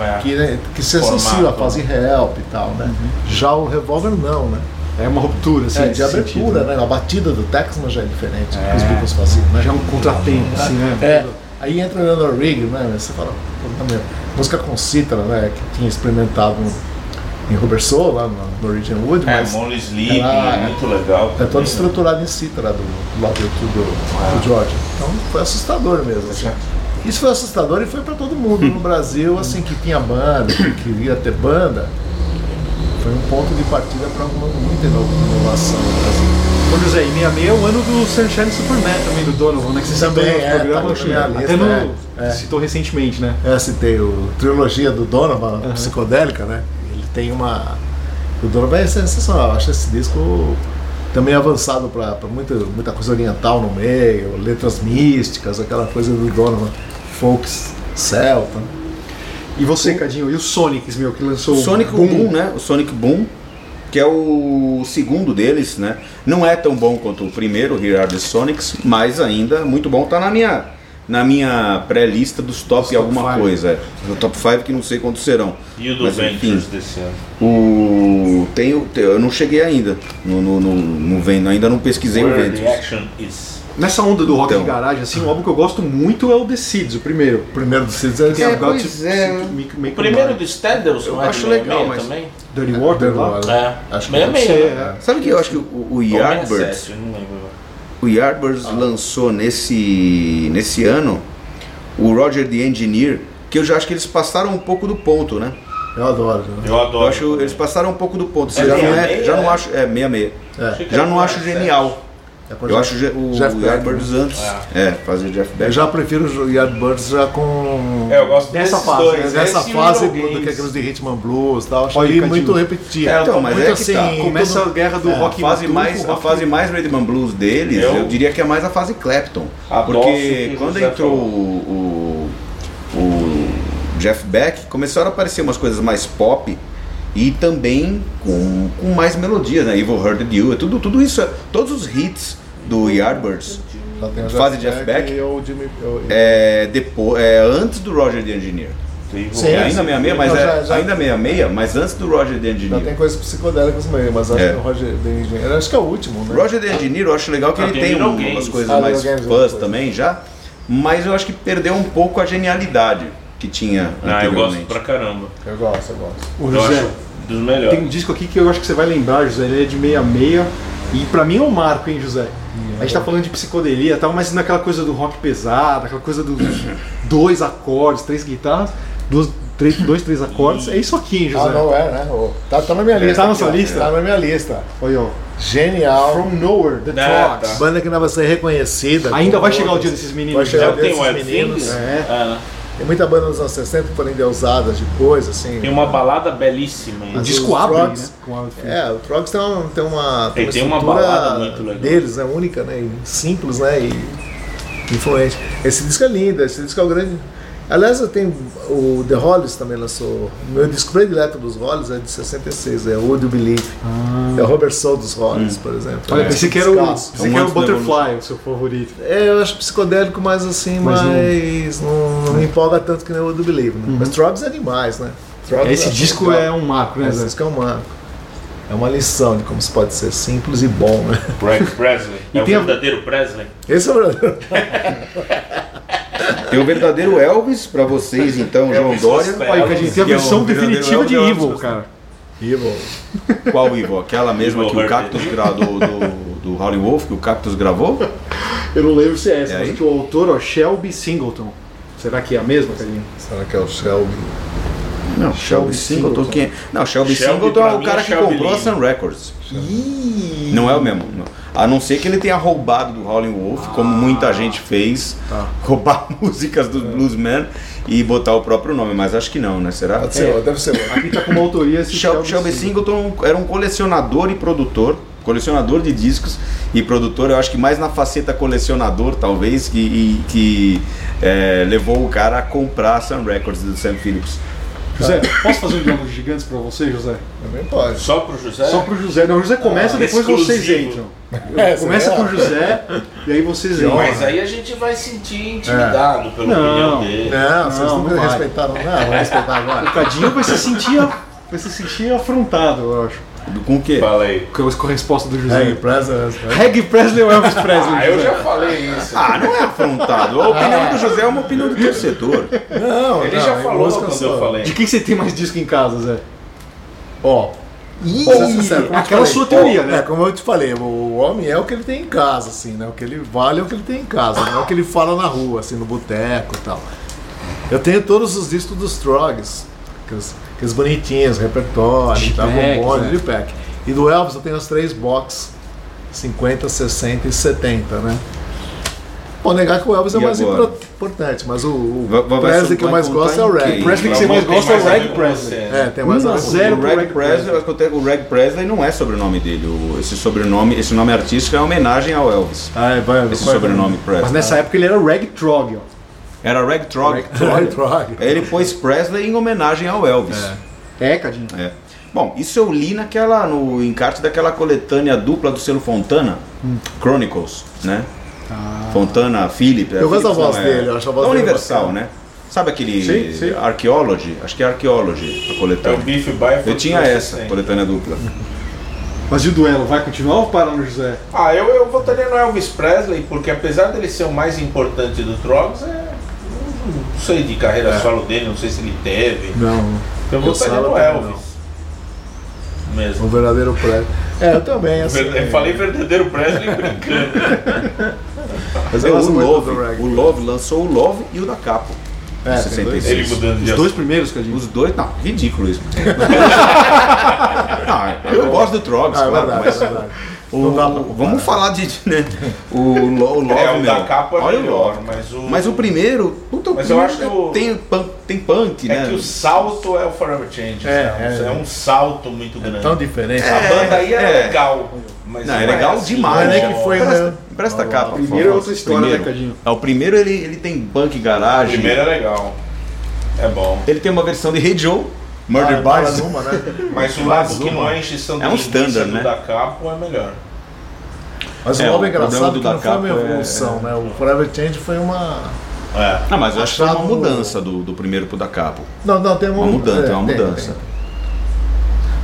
Speaker 7: É.
Speaker 4: que, né, que se
Speaker 7: Formato.
Speaker 4: associam à fase help e tal, né? Já o Revolver não, né?
Speaker 3: É uma ruptura, assim.
Speaker 4: É, de
Speaker 3: nesse
Speaker 4: abertura,
Speaker 3: sentido,
Speaker 4: né? A batida do Texman já é diferente do que os Beatles faziam, né?
Speaker 3: Já é um contratempo, assim, né?
Speaker 4: É, aí entra o Leonard Rigg, né? Você fala, puta merda. Música com cítara, né? Que tinha experimentado em Robert Soul, lá no, no Norwegian Wood,
Speaker 5: É,
Speaker 4: mas
Speaker 5: Molly Sleep,
Speaker 4: ela-
Speaker 5: muito legal.
Speaker 4: é toda
Speaker 5: também, né?
Speaker 4: estruturada em cítara do, do lado do, do, do George. Então foi assustador mesmo. assim. Isso foi assustador e foi pra todo mundo no Brasil, assim, que tinha banda, que queria ter banda. Foi um ponto de partida para muita ino- inovação no Brasil.
Speaker 3: Ô José, e 66 é o ano do Sunshine Superman também, do Donovan, né? Que você
Speaker 4: Também,
Speaker 3: citou no
Speaker 4: é,
Speaker 3: programa,
Speaker 4: tá na
Speaker 3: acho,
Speaker 4: minha
Speaker 3: até
Speaker 4: lista,
Speaker 3: no,
Speaker 4: é, é.
Speaker 3: citou recentemente, né?
Speaker 4: Eu citei É, assim, o trilogia do Donovan, psicodélica, né? Ele tem uma. O Donovan é sensacional, eu acho esse disco também avançado para muita, muita coisa oriental no meio, letras místicas, aquela coisa do Donovan, folk celta.
Speaker 3: E você, Cadinho, e o Sonics, meu, que lançou
Speaker 1: O Sonic Boom. né? O Sonic Boom, que é o segundo deles, né? Não é tão bom quanto o primeiro, Here Are the Sonics, mas ainda muito bom. Tá na minha, na minha pré-lista dos top alguma
Speaker 3: five.
Speaker 1: coisa. É. O top 5 que não sei quantos serão.
Speaker 5: E o do
Speaker 1: mas, enfim,
Speaker 5: Ventures desse ano.
Speaker 1: o tem, o- tem- eu não cheguei ainda. No, no, no, no vendo, ainda não pesquisei o
Speaker 5: Where the
Speaker 1: Ventures.
Speaker 5: action is.
Speaker 3: Nessa onda do rock
Speaker 1: Então.
Speaker 3: de garagem, assim, um álbum que eu gosto muito é o The Seeds, o primeiro.
Speaker 4: O primeiro do Cids é,
Speaker 3: Tem
Speaker 4: é,
Speaker 3: a Got
Speaker 1: pois
Speaker 3: to-
Speaker 1: é.
Speaker 3: to Make- Make
Speaker 5: O primeiro
Speaker 3: Mine.
Speaker 5: do Stendhals,
Speaker 1: Eu
Speaker 5: não é
Speaker 1: acho
Speaker 5: de
Speaker 1: legal,
Speaker 5: 66
Speaker 1: mas-
Speaker 5: também?
Speaker 3: Dirty Water lá.
Speaker 4: né?
Speaker 5: É,
Speaker 4: Acho que
Speaker 5: meia
Speaker 4: deve
Speaker 5: meia. né?
Speaker 3: É,
Speaker 1: Sabe que eu acho que o, o
Speaker 5: Ou
Speaker 1: Yardbirds
Speaker 5: 67, não lembro.
Speaker 1: O Yardbirds lançou nesse, nesse ano o Roger the Engineer, que eu já acho que eles passaram um pouco do ponto, né?
Speaker 4: eu adoro. né?
Speaker 5: Eu
Speaker 1: Eu
Speaker 5: adoro.
Speaker 1: acho eles passaram um pouco do ponto. Você
Speaker 5: É
Speaker 1: já, não é,
Speaker 5: 66,
Speaker 1: já não
Speaker 5: é?
Speaker 1: acho. É, 66.
Speaker 4: É,
Speaker 1: Já
Speaker 5: um
Speaker 1: não acho genial.
Speaker 4: é coisa-
Speaker 1: Eu acho ge- o
Speaker 4: Jeff Beck, né?
Speaker 1: Yardbirds antes. É, fazer Jeff
Speaker 4: eu
Speaker 1: Beck.
Speaker 4: já prefiro o Yardbirds já com.
Speaker 7: É, eu gosto
Speaker 3: Dessa
Speaker 7: desses
Speaker 3: fase,
Speaker 7: dois.
Speaker 3: né?
Speaker 4: Nessa
Speaker 7: esse e o
Speaker 4: fase
Speaker 7: Eurogames.
Speaker 4: do que aqueles de Hitman Blues
Speaker 1: tá?
Speaker 4: e tal, acho
Speaker 3: Olha,
Speaker 4: que
Speaker 3: Cadinho.
Speaker 4: muito repetir.
Speaker 1: É, então, mas
Speaker 4: muito
Speaker 1: é que tá.
Speaker 3: Começa a guerra do
Speaker 1: É,
Speaker 3: rock
Speaker 1: a fase
Speaker 3: maduro com
Speaker 1: mais
Speaker 3: o
Speaker 1: a
Speaker 3: rock-
Speaker 1: fase mais rhythm and blues deles eu,
Speaker 5: Eu-
Speaker 1: diria que é mais a fase Clapton
Speaker 5: Aposto
Speaker 1: porque
Speaker 5: que
Speaker 1: quando
Speaker 5: José
Speaker 1: entrou
Speaker 5: falou.
Speaker 1: o, o, o Jeff Beck começaram a aparecer umas coisas mais pop e também com, com mais melodias né Evil Heard You é tudo tudo isso é- todos os hits do Yardbirds
Speaker 4: Já tem o
Speaker 1: Fase Jeff Beck.
Speaker 4: e o Jimmy- eu-
Speaker 1: é depois é antes do Roger the Engineer
Speaker 5: Sim,
Speaker 4: Sim.
Speaker 5: vou-
Speaker 1: ainda 66 mas
Speaker 4: Não,
Speaker 1: é,
Speaker 4: já- já-
Speaker 1: ainda 66 mas antes do Roger the
Speaker 4: Já
Speaker 1: Engineer
Speaker 4: tem coisas psicodélicas no meio, mas acho
Speaker 1: É.
Speaker 4: que o Roger The Engineer, acho que é o último, né?
Speaker 1: Roger the Engineer, eu acho legal que
Speaker 5: Ah,
Speaker 1: ele
Speaker 5: tem
Speaker 1: tem um-
Speaker 5: Little
Speaker 1: umas
Speaker 5: Games.
Speaker 1: coisas
Speaker 4: Ah,
Speaker 1: mais
Speaker 4: Little Games é
Speaker 1: fãs
Speaker 4: uma coisa.
Speaker 1: também já, mas eu acho que perdeu um pouco a genialidade que tinha
Speaker 5: Ah, eu gosto
Speaker 1: anteriormente.
Speaker 5: pra caramba.
Speaker 4: Eu gosto, eu gosto.
Speaker 3: Ô,
Speaker 5: Eu
Speaker 3: José,
Speaker 5: acho dos melhores.
Speaker 3: tem um disco aqui que eu acho que você vai lembrar, José, ele é de 66. E pra mim é um marco, hein, José? A gente tá falando de psicodelia e tal, mas naquela coisa do rock pesado, aquela coisa
Speaker 4: (coughs)
Speaker 3: dos dois acordes, três guitarras, duas, três, dois, três acordes. É isso aqui, hein,
Speaker 4: Ah,
Speaker 3: José?
Speaker 4: não é, né? Ô, Tá, tá na minha lista.
Speaker 3: Tá na
Speaker 4: aqui,
Speaker 3: sua
Speaker 4: ó.
Speaker 3: lista?
Speaker 4: Tá na minha lista.
Speaker 3: Olha, ó.
Speaker 4: Genial.
Speaker 3: From Nowhere, The
Speaker 5: Ah,
Speaker 3: Talks.
Speaker 5: tá.
Speaker 4: Banda que não vai ser reconhecida.
Speaker 3: Né, Ainda
Speaker 4: como
Speaker 3: vai chegar o dia
Speaker 4: outras.
Speaker 3: desses meninos.
Speaker 4: Vai
Speaker 3: né?
Speaker 4: chegar
Speaker 5: Já
Speaker 4: o
Speaker 5: tem o
Speaker 4: dia
Speaker 5: Wild
Speaker 4: desses meninos.
Speaker 5: Things?
Speaker 3: É.
Speaker 5: Ah,
Speaker 4: Tem muita banda nos anos 60 que foram endeusadas depois, assim.
Speaker 3: um
Speaker 5: tem uma balada belíssima. hein?
Speaker 3: O
Speaker 4: Mas
Speaker 3: disco
Speaker 4: os
Speaker 3: abre, né?
Speaker 4: Frogs-
Speaker 3: Com a-
Speaker 4: É, o Trox tem uma, tem uma,
Speaker 5: Ele tem uma
Speaker 4: estrutura
Speaker 5: balada muito legal.
Speaker 4: deles, né? Única, né? e Simples, né? E influente. Esse disco é lindo, esse disco é o grande. Aliás, eu tenho. O The Hollies também lançou. O meu disco predileto dos Hollies é de 66, é Would You Believe. É o Robert Soul dos Hollies,
Speaker 5: Hum.
Speaker 4: por exemplo.
Speaker 3: Ah. Olha,
Speaker 4: é.
Speaker 3: pensei que era o,
Speaker 4: Descasso.
Speaker 3: pensei
Speaker 1: É um
Speaker 3: que era o
Speaker 1: antes da
Speaker 3: Butterfly, o seu favorito.
Speaker 4: É, eu acho psicodélico, mas assim,
Speaker 3: Mas
Speaker 4: mas,
Speaker 3: não- Uhum.
Speaker 4: não, não me empolga tanto que nem o Would You Believe. Né? Mas Trox é demais, né? Trogs
Speaker 3: Esse
Speaker 4: é
Speaker 3: disco
Speaker 4: legal.
Speaker 3: é um marco, né,
Speaker 4: Esse
Speaker 3: Zé?
Speaker 4: disco é um marco. É uma lição de como se pode ser simples e bom, né? (laughs)
Speaker 5: Brad Presley.
Speaker 3: E
Speaker 5: é o
Speaker 3: tem a-
Speaker 5: verdadeiro Presley.
Speaker 4: Esse é o verdadeiro.
Speaker 1: Tem o verdadeiro Elvis pra vocês, então, João
Speaker 5: Elvis
Speaker 1: Dória.
Speaker 5: Costello.
Speaker 3: Olha, que a gente tem a
Speaker 1: Que é um
Speaker 3: versão definitiva de
Speaker 1: verdadeiro
Speaker 3: Evil,
Speaker 1: Elvis
Speaker 3: cara.
Speaker 4: Evil.
Speaker 1: Qual Ivo? Aquela mesma
Speaker 5: Ivo
Speaker 1: que o
Speaker 5: Herbert.
Speaker 1: Cactus gra- do, do, do Howlin' Wolf, que o Cactus gravou?
Speaker 3: Eu não lembro se é essa,
Speaker 1: É
Speaker 3: mas
Speaker 1: aí?
Speaker 3: que o autor, ó, Shelby Singleton. Será que é a mesma, Cadinho?
Speaker 4: Será que é o Shelby?
Speaker 1: Não, Shelby Singleton. Quem... é? Não, Shelby,
Speaker 5: Shelby,
Speaker 1: Singleton é
Speaker 5: pra
Speaker 1: o
Speaker 5: mim,
Speaker 1: cara
Speaker 5: é
Speaker 1: que
Speaker 5: Shelby
Speaker 1: comprou a
Speaker 5: Lee.
Speaker 1: Sun Records. Não é o mesmo. não. A não ser que ele tenha roubado do Howlin' Wolf, como muita gente fez,
Speaker 4: Tá.
Speaker 1: (laughs) roubar músicas dos bluesmen e botar o próprio nome, mas acho que não, né? Será?
Speaker 4: Pode ser, deve ser outro.
Speaker 3: Aqui tá com uma autoria esse
Speaker 1: Shel-
Speaker 3: Shelby,
Speaker 1: Shelby
Speaker 3: Singleton.
Speaker 1: Singleton era um colecionador e produtor, colecionador de discos e produtor, eu acho que mais na faceta colecionador, talvez, que, e- que, é, levou o cara a comprar a Sun Records do Sam Phillips.
Speaker 3: José, posso fazer um diálogo gigantes pra você, José?
Speaker 4: Também pode.
Speaker 5: Só pro José?
Speaker 3: Só pro José. Não, o José começa
Speaker 5: Ah,
Speaker 3: depois vocês
Speaker 5: exclusivo.
Speaker 3: entram.
Speaker 4: É,
Speaker 3: Começa
Speaker 4: será?
Speaker 3: com o José e aí vocês entram.
Speaker 5: Mas aí a gente vai sentir intimidado pela
Speaker 3: Não.
Speaker 5: opinião dele.
Speaker 4: Não, vocês
Speaker 3: Não,
Speaker 4: nunca
Speaker 3: não vai.
Speaker 4: respeitaram. Não, vou
Speaker 3: (laughs)
Speaker 4: respeitar agora.
Speaker 3: Tadinho Um vai se sentir, vai se sentir afrontado, eu acho.
Speaker 1: Com o quê?
Speaker 5: Fala aí.
Speaker 3: Com a com a resposta do
Speaker 4: Reggae
Speaker 3: José.
Speaker 4: Presents, né?
Speaker 3: Reg É. Presley ou Elvis Presley?
Speaker 5: Ah, eu
Speaker 3: José?
Speaker 5: já falei isso.
Speaker 1: Ah, não é afrontado. A opinião do José é uma opinião do torcedor.
Speaker 4: Não,
Speaker 5: Ele
Speaker 4: não,
Speaker 5: já
Speaker 4: em
Speaker 5: falou
Speaker 4: música
Speaker 5: quando
Speaker 4: só.
Speaker 5: eu falei.
Speaker 3: De quem você tem mais disco em casa, Zé?
Speaker 4: Ó. Ih, sincero, é como eu te
Speaker 3: aquela
Speaker 4: falei,
Speaker 3: sua teoria,
Speaker 4: ó,
Speaker 3: né?
Speaker 4: É, como eu te falei, o homem é o que ele tem em casa, assim, né? O que ele vale é o que ele tem em casa, não é o que ele fala na rua, assim, no boteco e tal. Eu tenho todos os discos dos Trogs, aqueles, aqueles bonitinhos, repertório, tá,
Speaker 3: Pack,
Speaker 4: bombone,
Speaker 3: né?
Speaker 4: de pack. E do Elvis eu tenho as três box, 50, 60 e 70, né? Pode negar que o Elvis é
Speaker 1: E
Speaker 4: o mais
Speaker 1: agora?
Speaker 4: impor- importante, mas o, o
Speaker 1: Vai- vai- vai
Speaker 4: Presley que eu
Speaker 1: vai
Speaker 4: mais gosto é o
Speaker 1: contar em
Speaker 4: Red.
Speaker 1: quê?
Speaker 3: Presley que você
Speaker 1: Não,
Speaker 3: mais
Speaker 1: tem
Speaker 3: gosta é o
Speaker 1: mais a ver
Speaker 3: Reg
Speaker 1: com
Speaker 3: Presley.
Speaker 4: É, tem mais
Speaker 3: 1 a
Speaker 4: a ver com-
Speaker 3: 0
Speaker 1: O
Speaker 3: pro
Speaker 1: Reg
Speaker 3: Reg
Speaker 1: Presley, eu acho que eu tenho- o Reg Presley não é sobrenome dele. O- Esse sobrenome, esse nome artístico é uma homenagem ao Elvis.
Speaker 4: Ah, é, vai,
Speaker 1: Esse
Speaker 4: vai-
Speaker 1: sobrenome
Speaker 3: Mas
Speaker 1: Presley.
Speaker 3: nessa época ele era Reg Trog, ó.
Speaker 1: Era Reg Trog.
Speaker 3: (laughs)
Speaker 4: Troy, Troy.
Speaker 1: Ele pôs Presley em homenagem ao Elvis.
Speaker 3: É, Cadinho?
Speaker 1: É. Bom, isso eu li naquela, no encarte daquela coletânea dupla do selo Fontana,
Speaker 3: Hum.
Speaker 1: Chronicles, né?
Speaker 3: Ah.
Speaker 1: Fontana, Philip. é
Speaker 4: Eu gosto da
Speaker 1: Philips,
Speaker 4: voz
Speaker 1: não,
Speaker 4: dele, eu acho a voz
Speaker 1: da
Speaker 4: dele
Speaker 1: Universal,
Speaker 4: bacana.
Speaker 1: né? Sabe aquele
Speaker 3: Sim, sim.
Speaker 1: Archaeology? Acho que é Archaeology a
Speaker 5: É o
Speaker 1: coletânea.
Speaker 5: bife bairro.
Speaker 1: Eu tinha essa, coletânea dupla.
Speaker 3: Mas e o duelo, vai continuar ou para no José?
Speaker 5: Ah, eu, eu votaria no Elvis Presley, porque apesar dele ser o mais importante do Trogs, é. Não sei de carreira solo dele, não sei se ele teve.
Speaker 4: Não.
Speaker 5: Eu votaria
Speaker 4: solo
Speaker 5: no
Speaker 4: também
Speaker 5: Elvis. Mesmo.
Speaker 4: Um verdadeiro prédio. É, eu também, assim.
Speaker 5: Ver- Eu falei verdadeiro Presley brincando.
Speaker 4: mas eu
Speaker 1: É,
Speaker 4: gosto
Speaker 1: o
Speaker 4: muito
Speaker 1: Love,
Speaker 4: do reggae.
Speaker 1: o Love lançou o Love e o da Capo.
Speaker 4: É, tem
Speaker 1: 66.
Speaker 5: Ele mudando de
Speaker 3: Os dois primeiros, Cadinho?
Speaker 1: Os dois, não, ridículo
Speaker 4: (laughs)
Speaker 1: isso. não, eu gosto do Trogs,
Speaker 4: Ah, é
Speaker 1: claro,
Speaker 4: verdade,
Speaker 1: mas
Speaker 4: é verdade.
Speaker 1: o-
Speaker 4: Não dá pra comparar.
Speaker 1: vamos falar de. Né? O, Lo- o Love,
Speaker 5: É, o
Speaker 1: meu.
Speaker 5: da capa é
Speaker 1: Olha o
Speaker 5: melhor,
Speaker 1: Love.
Speaker 5: mas o.
Speaker 1: Mas o primeiro, puta, o
Speaker 5: Mas eu
Speaker 1: primeiro
Speaker 5: acho que o-
Speaker 1: tem, punk, tem punk,
Speaker 5: É
Speaker 1: né?
Speaker 5: que o salto é o Forever Change.
Speaker 4: É,
Speaker 5: né?
Speaker 4: é.
Speaker 5: é um salto muito grande.
Speaker 4: Tão diferente.
Speaker 5: A banda aí é,
Speaker 1: é.
Speaker 5: legal. Mas
Speaker 1: Não, é legal demais.
Speaker 4: Mas
Speaker 5: né?
Speaker 4: é que foi,
Speaker 1: Presta,
Speaker 4: né?
Speaker 1: presta a capa.
Speaker 3: Primeiro
Speaker 1: por favor.
Speaker 3: é outra história,
Speaker 1: Primeiro.
Speaker 3: né, Cadinho?
Speaker 1: Ah, o primeiro ele, ele tem punk
Speaker 5: O
Speaker 1: garagem.
Speaker 5: primeiro é legal. É bom.
Speaker 1: Ele tem uma versão de Hey Joe,
Speaker 4: Ah,
Speaker 1: Murder
Speaker 4: mais
Speaker 1: Bars.
Speaker 4: uma, né?
Speaker 5: Mas o
Speaker 4: Mais
Speaker 5: lado que
Speaker 4: uma.
Speaker 5: não é encheção de
Speaker 1: É um
Speaker 5: linguiça
Speaker 1: standard,
Speaker 5: do
Speaker 1: né?
Speaker 5: da Capo é melhor.
Speaker 4: Mas
Speaker 1: É,
Speaker 4: o
Speaker 1: o
Speaker 4: Lobo é
Speaker 1: problema
Speaker 4: engraçado
Speaker 1: do
Speaker 4: que não
Speaker 1: da
Speaker 4: foi uma
Speaker 1: capa é-
Speaker 4: evolução, né? O Forever Change foi uma.
Speaker 5: É.
Speaker 1: Não, Ah, mas eu acho que foi uma
Speaker 4: Achado-
Speaker 1: mudança do, do primeiro pro da Capo.
Speaker 4: Não, não, tem uma,
Speaker 1: Uma mudança, é uma
Speaker 4: tem,
Speaker 1: mudança.
Speaker 4: tem.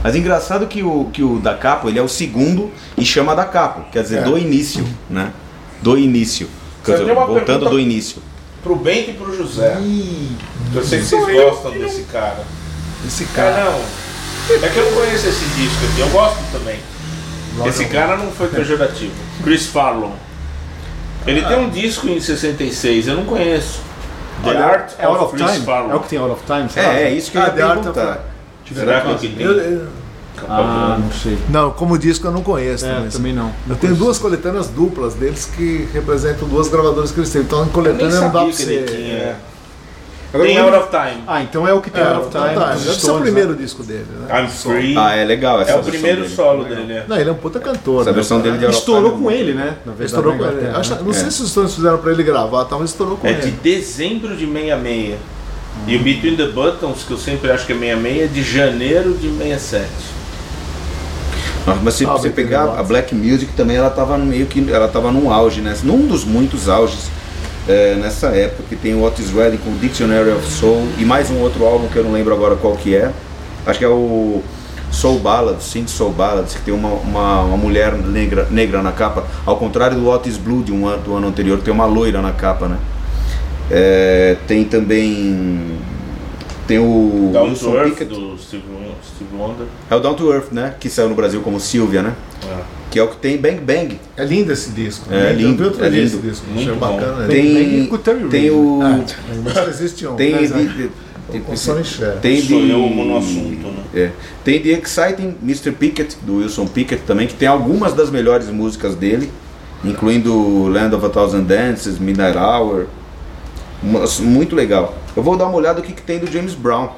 Speaker 1: Mas engraçado que o, que o da Capo, ele é o segundo e chama da Capo, quer dizer,
Speaker 4: É.
Speaker 1: do início, né? Do início. Quer
Speaker 5: Você
Speaker 1: dizer,
Speaker 5: tem uma
Speaker 1: voltando
Speaker 5: pergunta-
Speaker 1: do início.
Speaker 5: Pro Bento e pro José.
Speaker 4: Ih,
Speaker 5: Eu sei que vocês gostam desse cara.
Speaker 4: esse cara.
Speaker 5: Cara, não. É que eu não conheço esse disco aqui, eu gosto também. Esse cara não foi pejorativo. Chris Farlon. Ele tem um disco em 66, eu não conheço. The Art
Speaker 3: É Out of
Speaker 5: Chris
Speaker 3: Time?
Speaker 5: Farlon.
Speaker 3: É o que tem Out of Time?
Speaker 1: É,
Speaker 3: será?
Speaker 1: é isso que eu
Speaker 4: Ah,
Speaker 1: ia
Speaker 4: The Art of
Speaker 1: perguntar.
Speaker 5: Será que é o que
Speaker 4: Eu-
Speaker 5: tem?
Speaker 4: eu-
Speaker 3: Ah, não sei.
Speaker 4: não, como disco eu não conheço.
Speaker 3: É,
Speaker 4: também. assim.
Speaker 3: também não.
Speaker 4: Eu tenho duas coletâneas duplas deles que representam duas gravadoras que eles têm. Então, em
Speaker 5: Eu nem
Speaker 4: coletânea não dá pra
Speaker 5: sabia
Speaker 4: É,
Speaker 5: que ele
Speaker 4: você.
Speaker 5: tinha. Tem Out of Time.
Speaker 3: Ah, então é o que tem
Speaker 4: É,
Speaker 3: Out of Time.
Speaker 4: tá,
Speaker 3: dos
Speaker 4: Deve ser o
Speaker 3: Stones,
Speaker 4: primeiro disco dele, né?
Speaker 5: I'm Free.
Speaker 1: Ah, é legal essa
Speaker 5: É o
Speaker 1: versão
Speaker 5: primeiro
Speaker 1: dele.
Speaker 5: solo dele. é.
Speaker 4: Não, ele é um puta cantor.
Speaker 1: Essa
Speaker 4: né?
Speaker 1: versão dele de
Speaker 3: né?
Speaker 1: Out of Time é
Speaker 3: Estourou com
Speaker 1: muito-
Speaker 3: ele, né? Na verdade,
Speaker 4: Estourou
Speaker 3: na
Speaker 4: com ele.
Speaker 3: Inglaterra,
Speaker 4: Acho-
Speaker 3: né?
Speaker 4: Não sei se os Stones fizeram pra ele gravar, tá? mas estourou com
Speaker 5: É de
Speaker 4: ele.
Speaker 5: dezembro de 66. E o Between the Buttons, que eu sempre acho que é 66, é de janeiro de 67.
Speaker 1: Nossa, Mas se
Speaker 4: Ah,
Speaker 1: você
Speaker 4: Black
Speaker 1: pegar
Speaker 4: Music.
Speaker 1: a Black Music também, ela tava meio que. Ela tava num auge, né? Num dos muitos auges é, nessa época, que tem o Otis Redding com o Dictionary of Soul e mais um outro álbum que eu não lembro agora qual que é. Acho que é o Soul Ballads, Synth Soul Ballads, que tem uma, uma, uma mulher negra, negra na capa, ao contrário do Otis Blue de um ano, do ano anterior, tem uma loira na capa, né? É, tem também. Tem o.
Speaker 5: Down
Speaker 1: Wilson
Speaker 5: to Earth,
Speaker 1: Pickett.
Speaker 5: um do Steve, Won- Steve Wonder.
Speaker 1: É o Down to Earth, né? Que saiu no Brasil como Sylvia, né? Que é o que tem Bang Bang.
Speaker 4: É lindo esse disco.
Speaker 1: É
Speaker 4: Eu
Speaker 1: lindo,
Speaker 4: vi outro
Speaker 1: é
Speaker 4: dia
Speaker 1: lindo.
Speaker 4: esse disco.
Speaker 5: Muito
Speaker 4: achei
Speaker 5: bom.
Speaker 4: bacana. né?
Speaker 1: Tem,
Speaker 3: Bang com o Terry
Speaker 1: tem
Speaker 3: Reid,
Speaker 1: o.
Speaker 4: Mas só existe um.
Speaker 1: Tem.
Speaker 4: né,
Speaker 1: de-
Speaker 4: Zé?
Speaker 1: de- tem-
Speaker 4: Com Sony Cher.
Speaker 1: Tem
Speaker 5: Sou
Speaker 1: de-
Speaker 5: eu no assunto, né?
Speaker 1: É. Tem The Exciting Mr. Pickett, do Wilson Pickett também, que tem algumas das melhores músicas dele, incluindo Land of a Thousand Dances, Midnight Hour. Mas muito legal. Eu vou dar uma olhada o que, que tem do James Brown.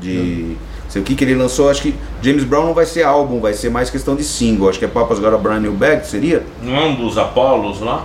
Speaker 1: De. não Sei o que, que ele lançou, acho que James Brown não vai ser álbum, vai ser mais questão de single. Acho que é Papas Got a Brand New Bag, seria?
Speaker 5: Não é um dos Apolos lá?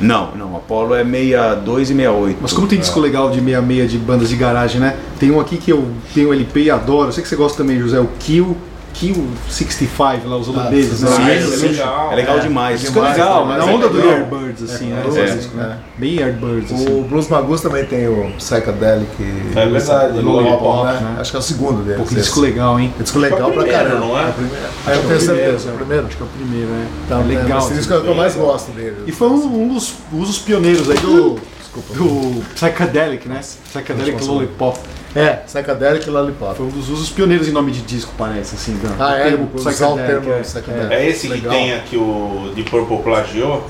Speaker 1: Não, não. Apollo é 62 e 68.
Speaker 3: Mas como tem disco legal de 66 de bandas de garagem, né? Tem um aqui que eu tenho LP e adoro. Eu sei que você gosta também, José, o Kill, Kill 65, lá os holandeses,
Speaker 4: sim,
Speaker 3: né?
Speaker 1: é legal, é legal demais.
Speaker 3: Disco
Speaker 1: demais.
Speaker 3: legal, mas na onda do
Speaker 4: legal.
Speaker 3: Yardbirds, assim, né?
Speaker 4: é,
Speaker 3: Esse
Speaker 1: é.
Speaker 3: disco, né? Bem Yardbirds, assim.
Speaker 4: O Blues Magus também tem o Psychedelic.
Speaker 7: É verdade,
Speaker 4: o
Speaker 7: Lollipop,
Speaker 4: Lollipop,
Speaker 3: né?
Speaker 4: né? Acho que é o segundo dele.
Speaker 3: Pô, que disco legal, hein?
Speaker 4: Disco legal
Speaker 5: Foi o
Speaker 4: pra
Speaker 5: primeiro,
Speaker 4: caramba.
Speaker 5: não é?
Speaker 4: o primeiro. Aí eu tenho certeza, é o primeiro.
Speaker 3: Acho que é o primeiro, né?
Speaker 4: Então,
Speaker 3: é legal.
Speaker 4: Esse disco é o que eu mais gosto dele.
Speaker 3: E foi um, um dos usos pioneiros aí do,
Speaker 4: Desculpa.
Speaker 3: do Psychedelic, né? Psychedelic
Speaker 4: Nossa,
Speaker 3: Lollipop.
Speaker 4: É, Psychedelic e Lollipop.
Speaker 3: Foi um dos usos pioneiros em nome de disco, parece, assim. do- do
Speaker 4: Ah, é?
Speaker 3: termo
Speaker 4: Usar o termo
Speaker 3: é.
Speaker 4: Psychedelic.
Speaker 5: É esse
Speaker 4: Legal.
Speaker 5: que tem aqui o de Purple plagiou?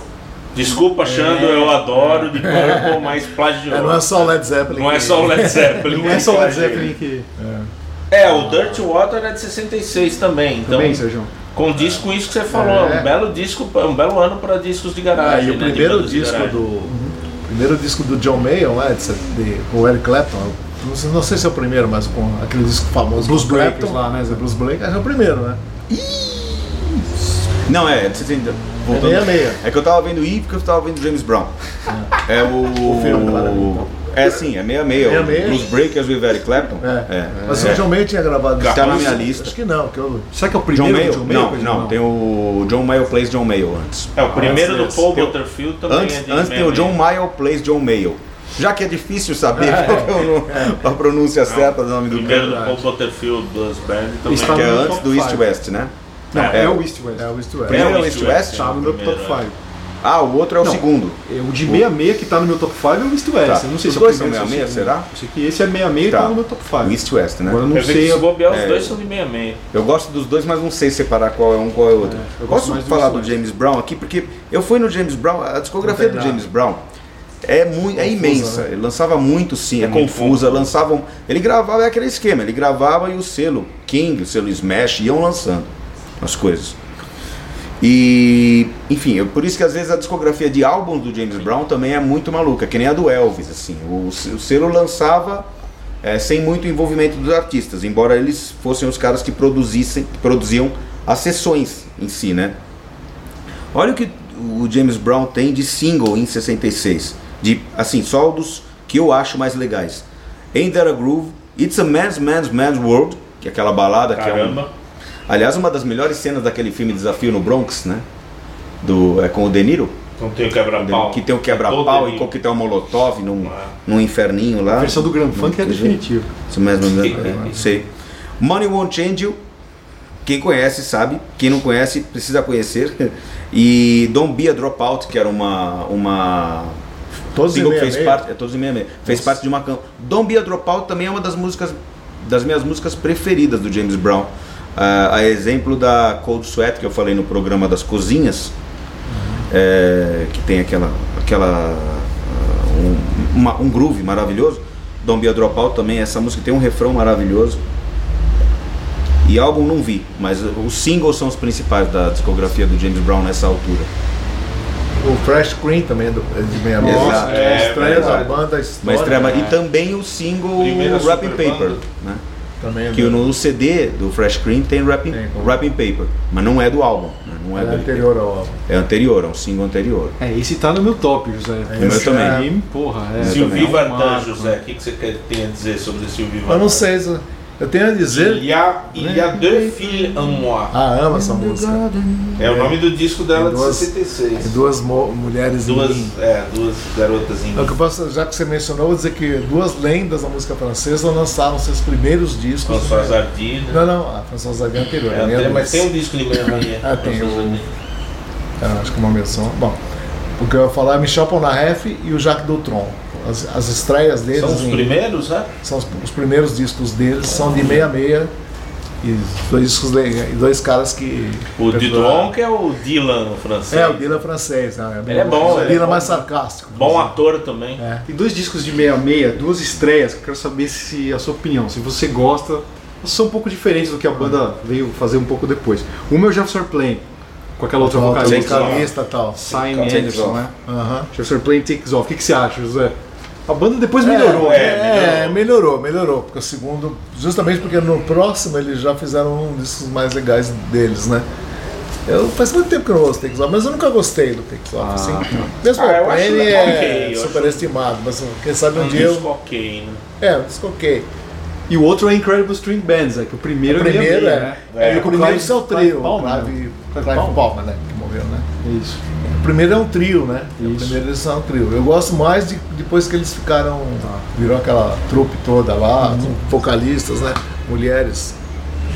Speaker 5: Desculpa, Xando, eu adoro de Purple, mas plagiou.
Speaker 4: É, não é só o Led Zeppelin.
Speaker 5: Não é
Speaker 4: que-
Speaker 5: só o Led
Speaker 3: (laughs)
Speaker 5: Zeppelin.
Speaker 3: Não é só o Led Zeppelin que...
Speaker 5: É, o Dirt Water é de 66 também. Então,
Speaker 3: Também, Sérgio?
Speaker 5: condiz com isso que você falou. É.
Speaker 4: É.
Speaker 5: Um belo disco, pra- um belo ano para discos de
Speaker 4: Ah,
Speaker 5: garagem.
Speaker 4: e o
Speaker 5: né, de
Speaker 4: primeiro
Speaker 5: bandas de
Speaker 4: disco
Speaker 5: garagem.
Speaker 4: do. o primeiro disco do John Mayon, né? De, de, com o Eric Clapton. eu Não sei, não sei se é o primeiro, mas com aquele disco famoso.
Speaker 3: Blues
Speaker 4: com o
Speaker 3: Breakers
Speaker 4: Clapton.
Speaker 3: lá, né, Zé?
Speaker 4: Blues Breakers acho que é o primeiro, né?
Speaker 1: Não, é, você tem. Voltando.
Speaker 4: meia, meia.
Speaker 1: É que eu tava vendo I porque eu tava vendo James Brown. É o.
Speaker 4: O filme, claro.
Speaker 1: É sim, é meia meia.
Speaker 4: Meia, meia.
Speaker 1: Os Breakers with Eric Clapton.
Speaker 4: É. Mas
Speaker 1: É.
Speaker 4: o John Mayer tinha gravado
Speaker 1: Tá
Speaker 4: disco.
Speaker 1: na minha lista.
Speaker 4: Acho que não, que eu.
Speaker 3: Será que é o
Speaker 1: John
Speaker 3: primeiro
Speaker 1: Mayo?
Speaker 3: do John
Speaker 1: Não,
Speaker 3: Mayer?
Speaker 1: não, tem o John Mayo plays John Mayo antes.
Speaker 5: É, o primeiro
Speaker 4: Antes
Speaker 5: do Paul
Speaker 1: tem o-
Speaker 5: Butterfield também é
Speaker 1: Antes,
Speaker 5: de
Speaker 1: antes tem o
Speaker 5: meia-meia.
Speaker 1: John Mayo plays John Mayo. Já que é difícil saber qual que (laughs) é o nome- a pronúncia certa do nome
Speaker 5: O
Speaker 1: do
Speaker 5: primeiro
Speaker 1: cara.
Speaker 5: do Paul Butterfield Blues Band também.
Speaker 3: Está
Speaker 1: Que é
Speaker 3: no
Speaker 1: antes
Speaker 3: top
Speaker 1: do East
Speaker 3: five.
Speaker 1: West, né?
Speaker 3: Não,
Speaker 1: É.
Speaker 3: é o East West.
Speaker 4: É o East West.
Speaker 1: Primeiro
Speaker 5: É o
Speaker 1: é o
Speaker 5: East
Speaker 1: East
Speaker 5: West.
Speaker 1: West?
Speaker 3: Tá no meu top
Speaker 5: Primeiro, é.
Speaker 3: 5.
Speaker 1: Ah, o outro é o
Speaker 3: Não.
Speaker 1: segundo.
Speaker 3: É, O de 66 que tá no meu top 5 é o East West.
Speaker 1: Tá.
Speaker 3: Eu não sei
Speaker 1: Os
Speaker 3: se
Speaker 1: dois
Speaker 3: é o primeiro
Speaker 1: são
Speaker 3: ou se é o
Speaker 1: 66,
Speaker 3: segundo.
Speaker 1: será?
Speaker 3: Eu sei que esse é 66 e tá
Speaker 1: Tá.
Speaker 3: no meu top 5.
Speaker 1: O East West, né?
Speaker 3: Agora eu não
Speaker 5: Eu vi que
Speaker 3: sei.
Speaker 5: se bobear, os
Speaker 1: é.
Speaker 5: dois são de meia-meia.
Speaker 1: Eu gosto dos dois, mas não sei separar qual é um qual é outro.
Speaker 3: eu gosto
Speaker 1: Posso
Speaker 3: mais do
Speaker 1: falar
Speaker 3: West
Speaker 1: do
Speaker 3: West.
Speaker 1: James Brown aqui? Porque eu fui no James Brown, a discografia
Speaker 4: Não
Speaker 1: do
Speaker 4: tem
Speaker 1: James Brown é, muito, é imensa. Ele lançava muito, sim, é, confusa. Lançavam. Ele gravava, é aquele esquema, ele gravava e o selo King, o selo Smash, iam lançando as coisas. E, enfim, eu- por isso que às vezes a discografia de álbum do James Brown também é muito maluca, que nem a do Elvis, assim. O, o selo lançava eh, sem muito envolvimento dos artistas, embora eles fossem os caras que produzissem, que produziam as sessões em si, né? Olha o que o James Brown tem de single em 66. De, assim, só dos que eu acho mais legais. Ain't That a Groove, It's a Man's Man's Man's World, que é aquela balada que é um,
Speaker 5: Caramba.
Speaker 1: Aliás, uma das melhores cenas daquele filme Desafio no Bronx, né? Do, é com o De Niro,
Speaker 5: Não tem o quebra-pau.
Speaker 1: que tem o
Speaker 5: É Todo
Speaker 1: quebra-pau
Speaker 5: ele-
Speaker 1: e coquetel um molotov num,
Speaker 5: Ah.
Speaker 1: num inferninho lá.
Speaker 3: A versão do Grand Funk é
Speaker 1: Entendi.
Speaker 3: definitiva.
Speaker 1: Isso mesmo, né? não sei. Money Won't Change You. Quem conhece sabe, quem não conhece precisa conhecer. (laughs) E Don't Be a Dropout, que era uma uma
Speaker 4: Todos em
Speaker 1: single que
Speaker 4: meia,
Speaker 1: fez
Speaker 4: meia.
Speaker 1: parte, é todos em meia, meia. fez parte de uma canção. Don't Be a Dropout também é uma das músicas das minhas músicas preferidas do James Brown. Ah, a exemplo da Cold Sweat que eu falei no programa das cozinhas, é, que tem aquela, aquela ah, um, uma- um groove maravilhoso. Don't Be a Dropout também, essa música tem um refrão maravilhoso. E álbum não vi, mas os singles são os principais da discografia do James Brown nessa altura.
Speaker 4: O Fresh Cream também é do- é de meia meia.
Speaker 1: Exato.
Speaker 4: É, estreia da
Speaker 5: verdade.
Speaker 4: banda
Speaker 1: Mas
Speaker 4: histórica.
Speaker 1: trema- e também o single
Speaker 5: Primeira
Speaker 1: Wrapping
Speaker 5: super
Speaker 1: Paper,
Speaker 5: banda.
Speaker 1: né?
Speaker 4: também é
Speaker 1: que
Speaker 4: do-
Speaker 1: no CD do Fresh Cream tem Wrapping,
Speaker 4: Tem como-
Speaker 1: Wrapping Paper, mas não é do álbum, né? não é,
Speaker 4: é
Speaker 1: do
Speaker 4: anterior ao álbum.
Speaker 1: é anterior, é um single anterior.
Speaker 3: É, esse tá no meu top, José.
Speaker 4: É,
Speaker 1: esse também.
Speaker 3: aí, Porra, é.
Speaker 5: Silvio
Speaker 3: também é um
Speaker 5: Vartan,
Speaker 3: marco,
Speaker 5: José,
Speaker 3: né?
Speaker 5: o que, que você quer, tem a dizer sobre Silvio Vartan?
Speaker 4: Eu não sei, Zé. eu tenho a dizer.
Speaker 5: Il y a, il y a deux filles en moi.
Speaker 4: Ah, ama essa música.
Speaker 5: É o nome do disco dela de
Speaker 4: Duas-
Speaker 5: 66.
Speaker 4: Duas mo- mulheres lindas.
Speaker 5: Duas, é, duas garotas em
Speaker 4: É o que eu posso- já que você mencionou, eu vou dizer que duas lendas da música francesa lançaram seus primeiros discos.
Speaker 5: François Zardy, né?
Speaker 4: Não, não, a Françoise Zague é anterior.
Speaker 5: É,
Speaker 4: né?
Speaker 5: tem-
Speaker 4: Eu-
Speaker 5: mas tem um disco de meia-meia.
Speaker 4: Ah, tem
Speaker 5: François
Speaker 4: o-
Speaker 5: Zardy.
Speaker 4: Ah, acho que uma menção. Bom, o que eu ia falar é Michel Polnareff e o Jacques Dutron. As, as estreias deles
Speaker 5: São os
Speaker 4: em-
Speaker 5: primeiros, né?
Speaker 4: são os, os primeiros discos deles, são de 66 e dois discos legais, e dois caras que.
Speaker 5: O
Speaker 4: Dutron
Speaker 5: Didon, que é o Dylan francês.
Speaker 4: É, o Dylan é francês, né?
Speaker 5: Ele é bom,
Speaker 4: O
Speaker 5: ele é
Speaker 4: Dylan
Speaker 5: bom.
Speaker 4: mais sarcástico.
Speaker 5: Bom ator também.
Speaker 3: Tem dois discos de 66, duas estreias, que eu quero saber se a sua opinião, se você gosta. São um pouco diferentes do que a banda veio fazer um pouco depois. Uma é o Jefferson Plane, com aquela outra
Speaker 4: Outra
Speaker 3: vocalista,
Speaker 4: vocalista e tal.
Speaker 3: Simon Anderson, né?
Speaker 4: Aham.
Speaker 3: Jefferson Plane Takes Off. O que, que você acha, José? A banda depois melhorou,
Speaker 5: é.
Speaker 3: né?
Speaker 4: É, melhorou, melhorou. Porque o segundo, justamente porque no próximo eles já fizeram um discos mais legais deles, né? Eu, faz muito tempo que eu não ouço Take Off, mas eu nunca gostei do Take Off. assim. Mesmo
Speaker 5: Ah, eu
Speaker 4: o
Speaker 5: acho
Speaker 4: Penny
Speaker 5: legal,
Speaker 4: é
Speaker 5: ok, eu acho-
Speaker 4: superestimado, mas quem sabe um,
Speaker 5: Um
Speaker 4: dia
Speaker 5: disco
Speaker 4: eu.
Speaker 5: ok, né?
Speaker 4: É, um disco ok.
Speaker 3: E o outro é Incredible String Bands, é que o primeiro,
Speaker 4: O primeiro
Speaker 3: ele
Speaker 4: é.
Speaker 3: é, né?
Speaker 4: é, o
Speaker 3: com
Speaker 4: primeiro
Speaker 3: Clive-
Speaker 4: isso é o
Speaker 3: Clive
Speaker 4: trio, o
Speaker 3: Palmer, né?
Speaker 4: Clive,
Speaker 3: Clive
Speaker 4: Clive
Speaker 3: Palmer.
Speaker 4: Palmer, né? Que morreu, né?
Speaker 3: É isso.
Speaker 4: O primeiro é um trio, né? O
Speaker 3: Isso.
Speaker 4: primeiro eles são um trio. Eu gosto mais de- depois que eles ficaram. Virou aquela trupe toda lá, com vocalistas, né? Mulheres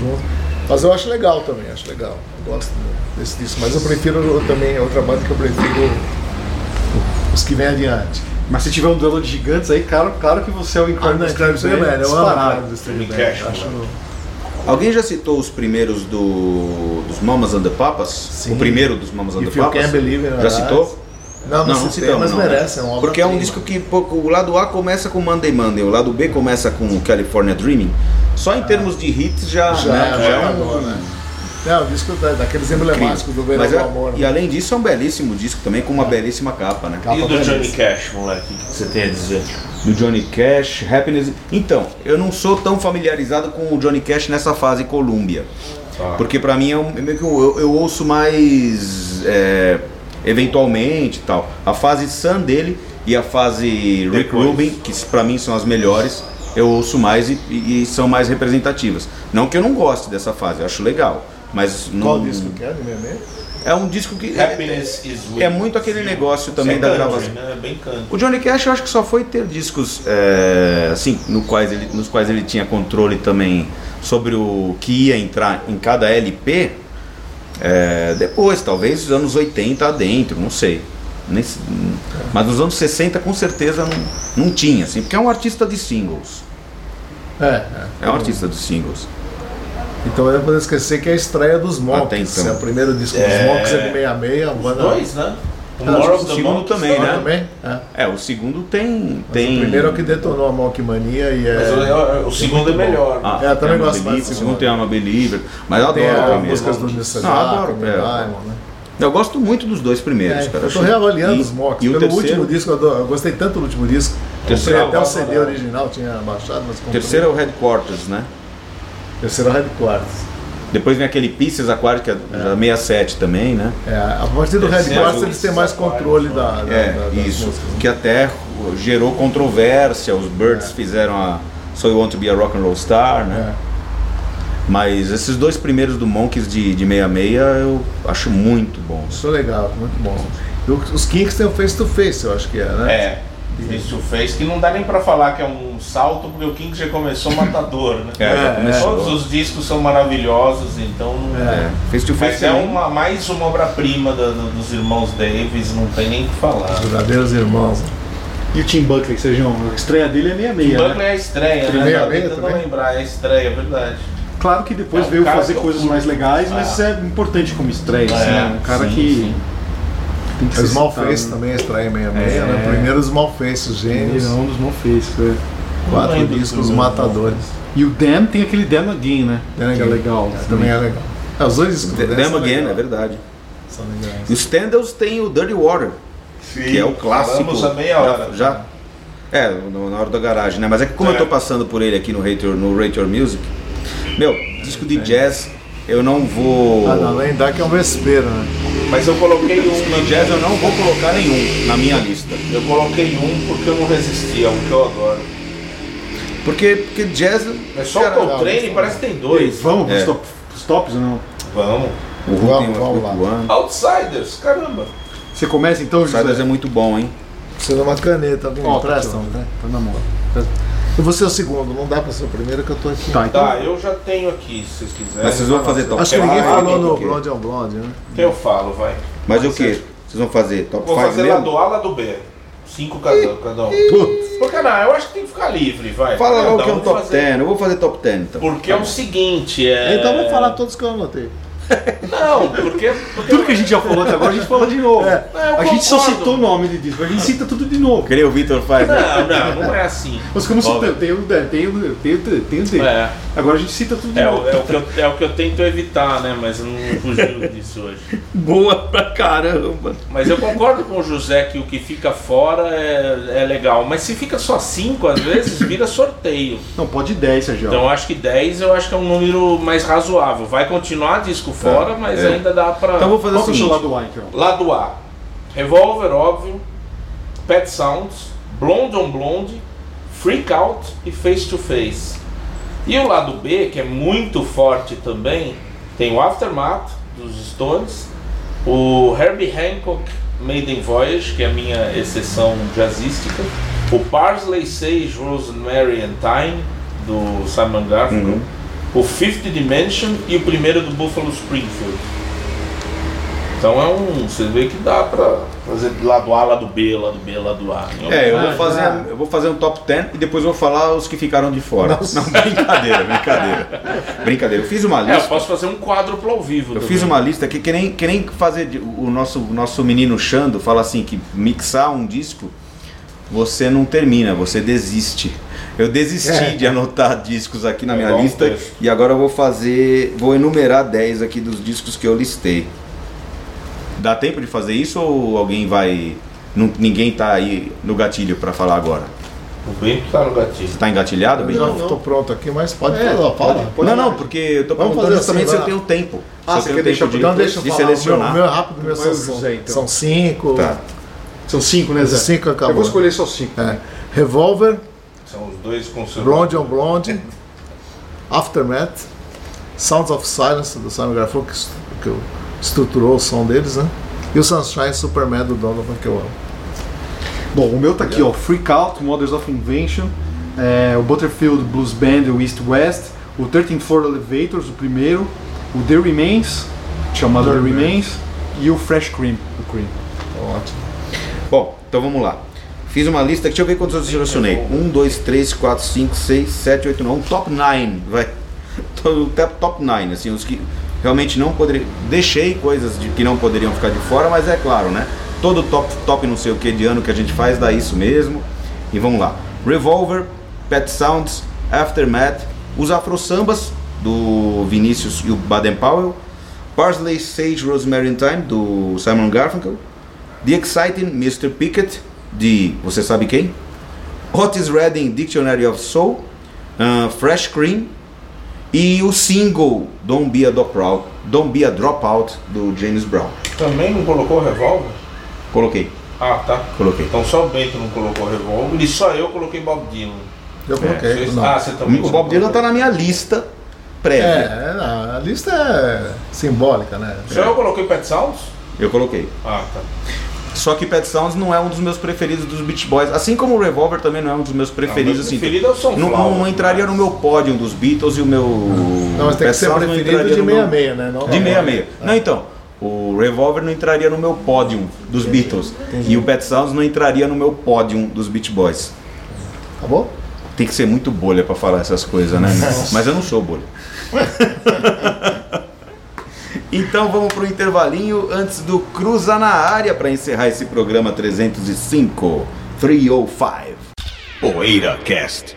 Speaker 4: junto. Mas eu acho legal também, acho legal. Eu gosto desse disco. Mas eu prefiro eu também, é outra banda que eu prefiro os que vem adiante.
Speaker 3: Mas se tiver um duelo de gigantes aí, claro, claro que você é o
Speaker 4: Ah,
Speaker 3: Incredible
Speaker 4: não,
Speaker 3: String
Speaker 4: Incredible String Band,
Speaker 3: Bands.
Speaker 4: eu amo
Speaker 3: disparado.
Speaker 4: Incredible String
Speaker 5: Me
Speaker 4: Band.
Speaker 5: queixo,
Speaker 4: acho-
Speaker 1: Alguém já citou os primeiros do, dos Mamas and the Papas?
Speaker 4: Sim.
Speaker 1: O primeiro dos Mamas and
Speaker 4: If
Speaker 1: the
Speaker 4: you
Speaker 1: Papas?
Speaker 4: can believe in
Speaker 1: assim, já
Speaker 4: our eyes.
Speaker 1: citou?
Speaker 4: Não, não, não se tem,
Speaker 1: citamos,
Speaker 4: mas
Speaker 1: não, né?
Speaker 4: merece, é uma
Speaker 1: Porque é um
Speaker 4: obra-prima.
Speaker 1: disco que pouco, o lado A começa com Monday Monday, o lado B começa com California Dreaming. Só em termos de hits já,
Speaker 4: Já,
Speaker 1: né,
Speaker 4: já
Speaker 1: já é um
Speaker 4: acabou, né? É, o disco da- daqueles emblemáticos do Verão
Speaker 1: Mas
Speaker 4: do
Speaker 1: é-
Speaker 4: Amor.
Speaker 1: e
Speaker 4: né? É.
Speaker 1: além disso é um belíssimo disco também com uma belíssima capa, né?
Speaker 4: Capa
Speaker 5: E o do
Speaker 4: belíssima.
Speaker 5: Johnny Cash, moleque, o que você tem a dizer?
Speaker 1: Do Johnny Cash, Happiness. Então, eu não sou tão familiarizado com o Johnny Cash nessa fase Columbia. Porque pra mim é, um, é meio que um- eu, eu ouço mais é, eventualmente e tal. A fase Sun dele e a fase Rick
Speaker 5: Depois.
Speaker 1: Rubin, que s- pra mim são as melhores, eu ouço mais e, e- e são mais representativas. Não que eu não goste dessa fase, eu acho legal. Mas
Speaker 4: Qual
Speaker 1: não-
Speaker 4: disco que é, de mim?
Speaker 1: é um disco que.
Speaker 5: Happiness is
Speaker 1: É muito aquele negócio também
Speaker 5: Isso
Speaker 1: da
Speaker 5: é country,
Speaker 1: gravação.
Speaker 5: Né? É bem canto.
Speaker 1: O Johnny Cash eu acho que só foi ter discos é, assim, no quais ele- nos quais ele tinha controle também sobre o que ia entrar em cada LP é, depois, talvez dos anos 80 adentro, não sei. Nem se- mas nos anos 60 com certeza não, não tinha, assim, porque é um artista de singles.
Speaker 4: É, é.
Speaker 1: É um artista de singles.
Speaker 4: Então eu não posso esquecer que é a estreia dos
Speaker 1: Até
Speaker 4: Monks.
Speaker 1: então.
Speaker 4: É o primeiro disco dos
Speaker 5: É.
Speaker 4: Monks, é de 66, a banda.
Speaker 5: Dois, né? O
Speaker 4: Ah,
Speaker 5: More
Speaker 4: o
Speaker 5: of the
Speaker 1: segundo
Speaker 5: Monks
Speaker 1: também,
Speaker 5: tá-
Speaker 1: né?
Speaker 4: também? É.
Speaker 1: É, o segundo tem. tem...
Speaker 4: O primeiro é o que detonou a Monkmania e é.
Speaker 5: Mas o- o, o segundo é melhor.
Speaker 1: Ah,
Speaker 4: É, eu também
Speaker 1: tem Ama
Speaker 4: gosto mais do
Speaker 1: Believer, O
Speaker 4: segundo.
Speaker 1: segundo tem Ama Believer, mas eu
Speaker 4: tem
Speaker 1: adoro
Speaker 4: as
Speaker 1: o primeiro.
Speaker 4: músicas do
Speaker 1: Não, eu Ah, adoro,
Speaker 4: Nissan
Speaker 1: é. Eu gosto muito dos dois primeiros,
Speaker 4: né? É,
Speaker 1: cara.
Speaker 4: eu tô
Speaker 1: acho-
Speaker 4: reavaliando
Speaker 1: e-
Speaker 4: os mocks.
Speaker 1: E o
Speaker 4: Pelo
Speaker 1: terceiro,
Speaker 4: último disco, eu, adoro- eu gostei tanto do último disco. Comprei
Speaker 1: Terceiro-
Speaker 4: até o CD original, tinha baixado, mas
Speaker 1: o
Speaker 4: comprei.
Speaker 1: terceiro é o Headquarters, né?
Speaker 4: Terceiro é o Red Quartz.
Speaker 1: Depois vem aquele Pieces Aquário, que é já 67 também, né?
Speaker 4: É, a partir do Red
Speaker 5: Terceiro,
Speaker 4: Quartz eles têm mais
Speaker 5: Aquarius,
Speaker 4: controle da, da-
Speaker 1: É,
Speaker 4: da- das
Speaker 1: isso.
Speaker 4: músicas. né?
Speaker 1: Que até gerou controvérsia. Os Birds fizeram a So You Want to Be a Rock and Roll Star, né? Mas esses dois primeiros do Monkeys de, de 66 eu acho muito bons.
Speaker 4: Isso é legal, muito bom. E o- Os Kinks têm o Face to Face, eu acho que é, né?
Speaker 7: É. Isso fez que não dá nem pra falar que é um salto, porque o King já começou matador, né?
Speaker 1: É, já começou.
Speaker 7: Todos os discos são maravilhosos, então não
Speaker 1: É. Face to
Speaker 7: Mas
Speaker 1: Face
Speaker 7: é
Speaker 1: é
Speaker 7: uma, mais uma obra-prima da- do- dos irmãos Davis, não tem nem o que falar.
Speaker 4: Verdadeiros irmãos.
Speaker 3: E o Tim Buckley, Sérgio, a estreia dele é
Speaker 7: O
Speaker 3: 66, né?
Speaker 7: Buckley é a estreia, né?
Speaker 4: Primeira
Speaker 7: Tava
Speaker 4: meia
Speaker 7: tentando
Speaker 4: também?
Speaker 7: lembrar, é a estreia, é verdade.
Speaker 3: Claro que depois
Speaker 7: É um
Speaker 3: veio
Speaker 7: cara
Speaker 3: fazer
Speaker 7: que eu
Speaker 3: coisas
Speaker 7: curto.
Speaker 3: mais legais, mas é importante como estreia, assim,
Speaker 7: É,
Speaker 3: né? Um cara
Speaker 7: sim,
Speaker 3: que
Speaker 7: sim.
Speaker 3: tem que
Speaker 4: Os
Speaker 3: ser citado,
Speaker 4: Malface
Speaker 3: né?
Speaker 4: também extraem meia meia,
Speaker 3: É.
Speaker 4: né? Primeiro os Malface, os gênios,
Speaker 3: Ele é um dos Malface, é.
Speaker 7: Não
Speaker 4: quatro
Speaker 7: lembro
Speaker 4: discos, os
Speaker 7: do meu
Speaker 4: matadores.
Speaker 3: E o Dan tem aquele Dan Again, né?
Speaker 4: Dan
Speaker 3: que é
Speaker 4: Again.
Speaker 3: legal.
Speaker 4: É, também é legal. É, os dois discos.
Speaker 1: The-
Speaker 4: né,
Speaker 1: Them
Speaker 4: são
Speaker 1: Again,
Speaker 4: legais.
Speaker 1: é verdade.
Speaker 4: São legais.
Speaker 1: E os Standards tem o Dirty Water, que é o clássico.
Speaker 7: Falamos a meia hora.
Speaker 1: Já, já- é, no- na hora da garagem, né? Mas é que como eu tô passando por ele aqui no Rate Your, no Rate Your Music, meu, disco
Speaker 7: É.
Speaker 1: de jazz, eu não vou.
Speaker 4: Ah, não, além da que é um vespeiro, né?
Speaker 7: Mas eu coloquei um
Speaker 1: Disco
Speaker 7: na
Speaker 1: de jazz eu não vou colocar nenhum na minha lista.
Speaker 7: Eu coloquei um porque eu não resisti, é um que eu adoro.
Speaker 1: Porque, porque jazz.
Speaker 7: É só o Coltrane, parece que tem dois.
Speaker 3: Vamos pros,
Speaker 1: É.
Speaker 3: top, pros tops ou não?
Speaker 7: Vamos.
Speaker 1: O Hulk
Speaker 4: Vamos,
Speaker 1: tem
Speaker 4: vamos lá.
Speaker 1: o One.
Speaker 7: Outsiders, caramba.
Speaker 3: Você começa então, José?
Speaker 1: Sadas é muito bom, hein?
Speaker 4: Precisa de uma caneta, alguém
Speaker 3: Ó,
Speaker 4: empresta,
Speaker 3: tá aqui, ó.
Speaker 4: né?
Speaker 3: Tá na mão.
Speaker 4: Eu vou ser o segundo, não dá pra ser o primeiro que eu tô aqui.
Speaker 3: Tá, então.
Speaker 7: Tá, eu já tenho aqui, se vocês quiserem.
Speaker 1: Mas vocês vão fazer top
Speaker 4: Acho que
Speaker 1: five,
Speaker 4: ninguém
Speaker 1: né?
Speaker 4: falou
Speaker 1: Quem
Speaker 4: no
Speaker 1: que-
Speaker 4: Blonde on Blonde, né?
Speaker 7: Eu falo, vai.
Speaker 1: Mas o que? Vocês vão fazer top
Speaker 7: Vou
Speaker 1: 5
Speaker 7: fazer lá
Speaker 1: mesmo?
Speaker 7: do A, lá do B. Cinco cada, cada um.
Speaker 1: Putz,
Speaker 7: Porque não, eu acho que tem que ficar livre, vai.
Speaker 1: Fala
Speaker 7: Cada
Speaker 1: logo que é um
Speaker 7: um
Speaker 1: top
Speaker 7: fazer.
Speaker 1: 10. Eu vou fazer top 10 então.
Speaker 7: Porque é o seguinte, é.
Speaker 4: Então eu vou falar todos que eu anotei.
Speaker 7: Não, porque. porque
Speaker 3: Tudo que a gente já falou até agora, a gente fala de novo.
Speaker 4: É.
Speaker 7: É, eu
Speaker 3: a gente só
Speaker 7: concordo.
Speaker 3: citou o nome de disco, a gente cita tudo de novo.
Speaker 1: Queria o Victor faz. né?
Speaker 7: Não, não, não é assim.
Speaker 3: Mas como citando, tem o Dan, tem o tem o tem o Dan.
Speaker 7: É.
Speaker 3: Agora a gente cita tudo de
Speaker 7: É,
Speaker 3: novo.
Speaker 7: o, é, o que eu, é o que eu tento evitar, né? Mas eu não fugiu disso hoje.
Speaker 1: Boa pra caramba.
Speaker 7: Mas eu concordo com o José que o que fica fora é, é legal. Mas se fica só cinco, às vezes vira sorteio.
Speaker 3: Não, pode ir 10, Sérgio.
Speaker 5: Então,
Speaker 7: Então eu acho que 10 eu acho que é um número mais razoável. Vai continuar disco
Speaker 5: fora, mas
Speaker 1: é.
Speaker 5: ainda dá pra.
Speaker 1: Então vou fazer
Speaker 3: Qual
Speaker 1: o
Speaker 3: que é o seu
Speaker 1: seguinte.
Speaker 3: lado A, então?
Speaker 5: Lado A: Revolver, óbvio, Pet Sounds, Blonde on Blonde, Freak Out e Face to Face. E o lado B, que é muito forte também, tem o Aftermath dos Stones, o Herbie Hancock Maiden Voyage, que é a minha exceção jazzística, o Parsley Sage, Rosemary and Time do Simon Garfunkel,
Speaker 1: Uhum.
Speaker 5: o Fifth Dimension e o primeiro do Buffalo Springfield. Então é um. Você vê que dá pra fazer lado A, lado B, lado B, lado A. né?
Speaker 1: É, eu
Speaker 3: Ah,
Speaker 1: vou, fazer,
Speaker 3: já.
Speaker 1: eu vou fazer um top 10 e depois vou falar os que ficaram de fora.
Speaker 4: Nossa.
Speaker 1: Não, brincadeira, brincadeira. brincadeira. Eu fiz uma
Speaker 5: É, eu
Speaker 1: lista.
Speaker 5: posso fazer um quadruplo ao vivo.
Speaker 1: Eu
Speaker 5: também.
Speaker 1: fiz uma lista que, que, nem, que nem fazer de- o nosso, o nosso menino Xando fala assim que mixar um disco você não termina, você desiste. Eu desisti de anotar discos aqui na minha
Speaker 5: bom,
Speaker 1: lista
Speaker 5: deixa.
Speaker 1: e agora eu vou fazer, vou enumerar 10 aqui dos discos que eu listei. Dá tempo de fazer isso ou alguém vai não- ninguém tá aí no gatilho para falar agora?
Speaker 5: O Bento tá no gatilho.
Speaker 1: Você tá engatilhado,
Speaker 4: Eu
Speaker 1: Bento?
Speaker 4: já estou pronto aqui, mas pode
Speaker 3: É,
Speaker 4: falar, fala.
Speaker 3: pode.
Speaker 1: não, não, porque eu tô
Speaker 4: Vamos
Speaker 1: perguntando
Speaker 4: fazer
Speaker 1: justamente
Speaker 4: assim,
Speaker 1: se eu
Speaker 4: vai
Speaker 1: tenho tempo.
Speaker 3: Ah,
Speaker 1: se
Speaker 3: você
Speaker 1: eu
Speaker 3: quer
Speaker 1: tenho
Speaker 3: deixar
Speaker 1: tempo de,
Speaker 4: Então deixa eu
Speaker 1: de
Speaker 4: falar.
Speaker 1: selecionar.
Speaker 4: O meu, o meu é rápido, o meu
Speaker 3: Vai
Speaker 4: são,
Speaker 3: o José, então.
Speaker 4: são cinco.
Speaker 1: Tá.
Speaker 3: São cinco, né, Zé?
Speaker 4: Cinco acabou.
Speaker 3: Eu vou escolher só cinco.
Speaker 4: É. Revolver,
Speaker 5: São os dois com seu.
Speaker 4: Blonde on Blonde, Aftermath, Sounds of Silence do Simon Garfunkel, que, est- que eu- estruturou o som deles, né? E o Sunshine Superman do Donovan, que eu amo.
Speaker 3: Bom, o meu tá aqui, ó. Freak Out, Mothers of Invention, é, o Butterfield Blues Band, o East West, o 13 Floor Elevators, o primeiro, o The Remains, chamado The Remains, e o Fresh Cream, o Cream.
Speaker 4: Tá Ótimo.
Speaker 1: Bom, então vamos lá. Fiz uma lista, deixa eu ver quantos eu selecionei. 1, 2, 3, 4, 5, 6, 7, 8, 9. Um top 9, vai. (laughs) To- até Top 9, assim, os que realmente não poderiam. Deixei coisas de- que não poderiam ficar de fora, mas é claro, né? Todo top, top não sei o que de ano que a gente faz dá isso mesmo. E vamos lá. Revolver, Pet Sounds, Aftermath, os Afro Sambas, do Vinícius e o Baden Powell, Parsley, Sage, Rosemary and Time, do Simon Garfunkel, The Exciting Mr. Pickett, de você sabe quem? Otis Redding Dictionary of Soul, ah, Fresh Cream e o single Don't Be a Dropout, Don't Be a Dropout do James Brown.
Speaker 5: Também não colocou revólver?
Speaker 1: Coloquei,
Speaker 5: Ah, tá.
Speaker 1: coloquei.
Speaker 5: Então só o Bento não colocou revólver e só eu coloquei Bob Dylan.
Speaker 4: Eu coloquei.
Speaker 5: Vocês-
Speaker 4: não.
Speaker 5: Ah, você também.
Speaker 1: O Bob Dylan tá na minha lista prévia.
Speaker 4: É, a lista é simbólica, né?
Speaker 5: Só eu coloquei Pet Sounds?
Speaker 1: Eu coloquei.
Speaker 5: Ah, tá.
Speaker 1: Só que Pet Sounds não é um dos meus preferidos dos Beach Boys, assim como o Revolver também não é um dos meus preferidos.
Speaker 5: meu
Speaker 1: assim,
Speaker 5: preferido é o Sunflower.
Speaker 1: não, não entraria no meu pódio dos Beatles e o meu.
Speaker 4: Não, mas tem que
Speaker 1: Pet
Speaker 4: ser
Speaker 1: Sounds não
Speaker 4: preferido
Speaker 1: entraria
Speaker 4: de
Speaker 1: no meu-
Speaker 4: meia-meia, né? Não-
Speaker 1: De meia a meia. Não, então, o Revolver não entraria no meu pódio dos Beatles. E o Pet Sounds não entraria no meu pódio dos Beach Boys.
Speaker 4: Acabou?
Speaker 1: Tem que ser muito bolha pra falar essas coisas, né? Mas eu não sou bolha. então vamos pro intervalinho antes do Cruza na área pra encerrar esse programa 305 305. Poeira Cast.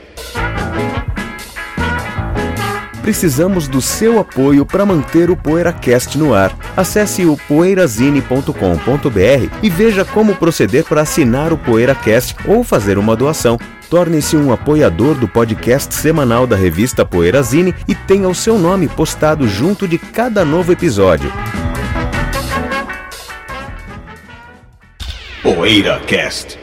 Speaker 6: Precisamos do seu apoio para manter o PoeiraCast no ar. Acesse o poeirazine.com.br e veja como proceder para assinar o PoeiraCast ou fazer uma doação. Torne-se um apoiador do podcast semanal da revista Poeirazine e tenha o seu nome postado junto de cada novo episódio.
Speaker 1: Poeira Cast.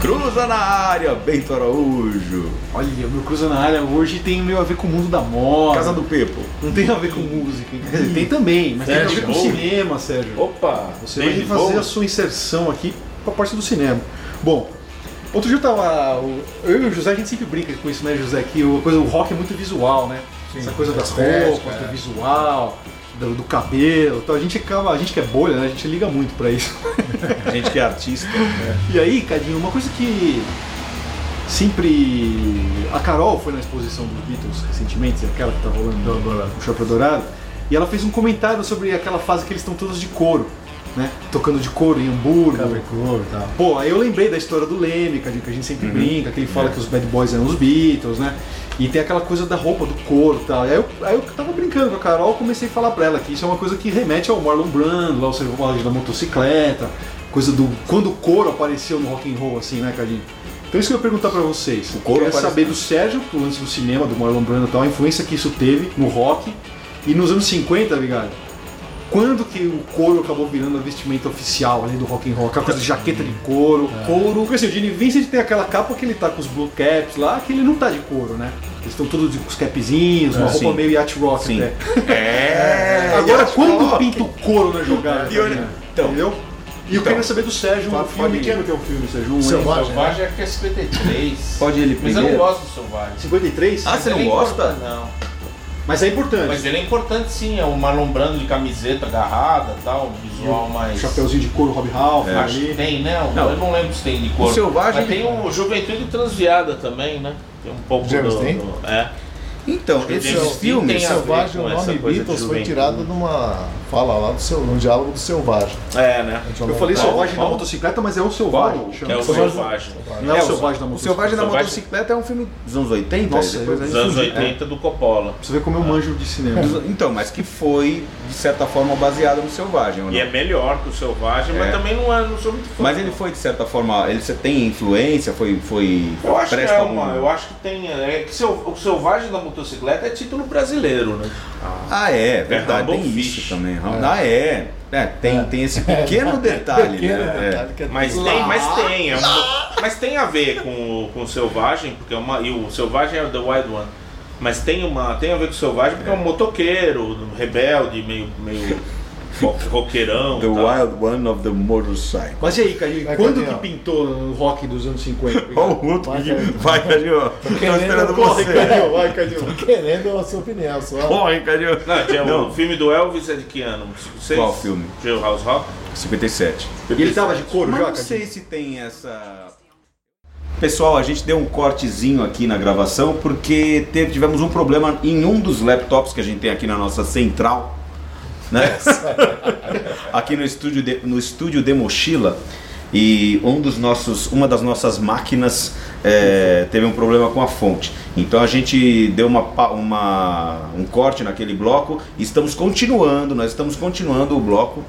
Speaker 1: Cruza na área, Bento Araújo.
Speaker 3: Olha, o meu Cruza na área hoje tem meio a ver com o mundo da moda.
Speaker 1: Casa do Pepo.
Speaker 3: Não tem a ver com música, hein? Quer dizer, tem também, mas tem a ver
Speaker 5: Sérgio
Speaker 3: com
Speaker 5: Bowie.
Speaker 3: cinema, Sérgio.
Speaker 5: Opa,
Speaker 3: Você
Speaker 5: David
Speaker 3: vai fazer
Speaker 5: Bowie.
Speaker 3: a sua inserção aqui com a parte do cinema. Bom, outro dia eu tava. o- Eu e o José, a gente sempre brinca com isso, né, José? Que o, coisa, o rock é muito visual, né? Essa coisa das
Speaker 4: estética,
Speaker 3: roupas,
Speaker 4: é.
Speaker 3: do visual, do, do cabelo e tal. A gente acaba. A gente que é bolha, né? A gente liga muito pra isso.
Speaker 1: A gente que é artista.
Speaker 3: E aí, Cadinho, uma coisa que sempre. A Carol foi na exposição dos Beatles recentemente, aquela que tá rolando do- do- o Chapéu Dourado, e ela fez um comentário sobre aquela fase que eles estão todos de couro, né? Tocando de couro em Hamburgo.
Speaker 4: Cabeclo e tal.
Speaker 3: Pô, aí eu lembrei da história do Leme, Cadinho, que a gente sempre brinca, que ele fala que os Bad Boys eram os Beatles, né? E tem aquela coisa da roupa, do couro e tal. Aí eu, aí eu tava brincando com a Carol comecei a falar pra ela que isso é uma coisa que remete ao Marlon Brando, lá o selvagem da motocicleta, coisa do. quando o couro apareceu no rock and roll, assim, né, Cadinho? Então isso que eu ia perguntar pra vocês. O
Speaker 7: couro
Speaker 3: eu quero
Speaker 7: apareceu.
Speaker 3: saber do Sérgio, do lance do cinema, do Marlon Brando e tal, a influência que isso teve no rock. E nos anos 50, ligado? Quando que o couro acabou virando a vestimenta oficial ali do rock and roll? Aquela coisa de jaqueta de couro,
Speaker 7: É.
Speaker 3: couro. Porque assim, o Gene Vincent tem aquela capa que ele tá com os blue caps lá, que ele não tá de couro, né? Eles estão todos de- com os capzinhos, uma
Speaker 7: É,
Speaker 3: roupa
Speaker 7: sim.
Speaker 3: meio yacht rock
Speaker 7: Sim. (laughs)
Speaker 3: até.
Speaker 7: É.
Speaker 3: Agora,
Speaker 7: Yacht
Speaker 3: quando
Speaker 7: Rock.
Speaker 3: pinta o couro na jogada?
Speaker 7: E olha-
Speaker 3: né?
Speaker 7: então.
Speaker 3: Entendeu? E eu
Speaker 7: Então.
Speaker 3: queria saber do Sérgio, um
Speaker 4: Fala- fala
Speaker 3: filme.
Speaker 4: de quem
Speaker 3: que é o filme, Sérgio? Um,
Speaker 4: Selvagem.
Speaker 5: Selvagem acho que é 53.
Speaker 7: Pode ele
Speaker 5: Mas eu não
Speaker 7: primeiro?
Speaker 5: gosto do Selvagem.
Speaker 3: 53?
Speaker 7: Ah, você
Speaker 5: Ele
Speaker 7: não
Speaker 5: é
Speaker 7: gosta?
Speaker 5: importante, Não.
Speaker 3: Mas é importante.
Speaker 5: Mas ele é importante sim, é o Marlon Brando de camiseta agarrada tal, um visual mais.
Speaker 3: Chapeuzinho de couro, Rob Ralph,
Speaker 7: É.
Speaker 5: Acho que
Speaker 3: ali.
Speaker 5: tem, né?
Speaker 7: Não.
Speaker 5: Eu não lembro se tem de cor.
Speaker 7: O Selvagem-
Speaker 5: Mas tem o Juventude Transviada também, né? Tem um pouco
Speaker 4: James
Speaker 5: do,
Speaker 4: Dean?
Speaker 5: do- É.
Speaker 7: Então,
Speaker 5: Acho que
Speaker 7: esses
Speaker 5: o James Dean
Speaker 7: filmes.
Speaker 5: tem a-
Speaker 4: é Selvagem,
Speaker 5: com
Speaker 4: o
Speaker 5: essa
Speaker 4: nome
Speaker 5: coisa de
Speaker 4: Beatles foi
Speaker 5: juventude.
Speaker 4: tirado de uma fala lá do seu, num diálogo do Selvagem.
Speaker 5: É, né?
Speaker 3: Eu falei
Speaker 4: Qual?
Speaker 3: selvagem da
Speaker 5: qual?
Speaker 3: motocicleta, mas é o selvagem. chama.
Speaker 5: É o Selvagem.
Speaker 3: Não é,
Speaker 7: É,
Speaker 3: o selvagem da
Speaker 7: O
Speaker 3: motocicleta.
Speaker 7: Selvagem da
Speaker 5: Selvagem-
Speaker 7: Motocicleta é um filme dos anos 80?
Speaker 3: Nossa,
Speaker 7: depois
Speaker 3: eu-
Speaker 5: Dos
Speaker 7: aí
Speaker 3: Isso
Speaker 5: anos
Speaker 3: de-
Speaker 5: 80 do Coppola.
Speaker 3: Pra você ver como eu manjo de cinema.
Speaker 7: surgiu- Então, mas que foi, de certa forma, baseado no Selvagem. ou não?
Speaker 5: E é melhor que o Selvagem,
Speaker 7: É.
Speaker 5: mas também não, é, não sou muito fã.
Speaker 7: Mas ele
Speaker 5: não.
Speaker 7: foi, de certa forma, ele você tem influência? Foi. foi
Speaker 5: Eu acho que
Speaker 7: presta
Speaker 5: é
Speaker 7: algum-
Speaker 5: uma, eu acho que tem. É que seu- o Selvagem da Motocicleta é título brasileiro, né?
Speaker 7: Ah, é, verdade,
Speaker 5: Rumble
Speaker 7: tem
Speaker 5: Fish.
Speaker 7: isso também. Ram- Ah, é. (laughs) É, tem, tem esse pequeno detalhe,
Speaker 4: Pequeno
Speaker 7: né?
Speaker 4: detalhe que é
Speaker 5: Mas
Speaker 4: tudo.
Speaker 5: tem, mas tem. é uma- mas tem a ver com, o- com o Selvagem, porque é uma. E o Selvagem é o The Wild One. Mas tem, uma, tem a ver com o Selvagem porque é um motoqueiro, um rebelde, meio. meio (laughs) ro- roqueirão.
Speaker 7: É. The
Speaker 5: tal.
Speaker 7: Wild One of the Motorcycle.
Speaker 3: Mas e aí, Cadinho,
Speaker 4: Vai,
Speaker 3: quando
Speaker 4: Cadinho.
Speaker 3: que pintou no rock dos anos 50?
Speaker 7: Ó, o outro
Speaker 4: Vai,
Speaker 7: que
Speaker 4: Cadinho.
Speaker 7: vai, Cadinho. Tô esperando
Speaker 4: corre,
Speaker 7: você.
Speaker 4: Cadinho, vai, Cadinho. Querendo a sua opinião, só.
Speaker 7: Corre, Cadinho.
Speaker 5: Não, tinha
Speaker 7: Não.
Speaker 5: O filme do Elvis é de que ano? 56?
Speaker 7: Qual filme?
Speaker 5: Jailhouse Rock?
Speaker 7: 57.
Speaker 3: E ele tava de couro
Speaker 7: Mas
Speaker 3: já,
Speaker 7: não
Speaker 3: Cadinho?
Speaker 7: sei se tem essa. Pessoal, a gente deu um cortezinho aqui na gravação porque teve- tivemos um problema em um dos laptops que a gente tem aqui na nossa central,
Speaker 3: É,
Speaker 7: né? aqui no estúdio de, no estúdio de mochila e um dos nossos, uma das nossas máquinas é, teve um problema com a fonte. Então a gente deu uma, pa- uma- um corte naquele bloco e estamos continuando, nós estamos continuando o bloco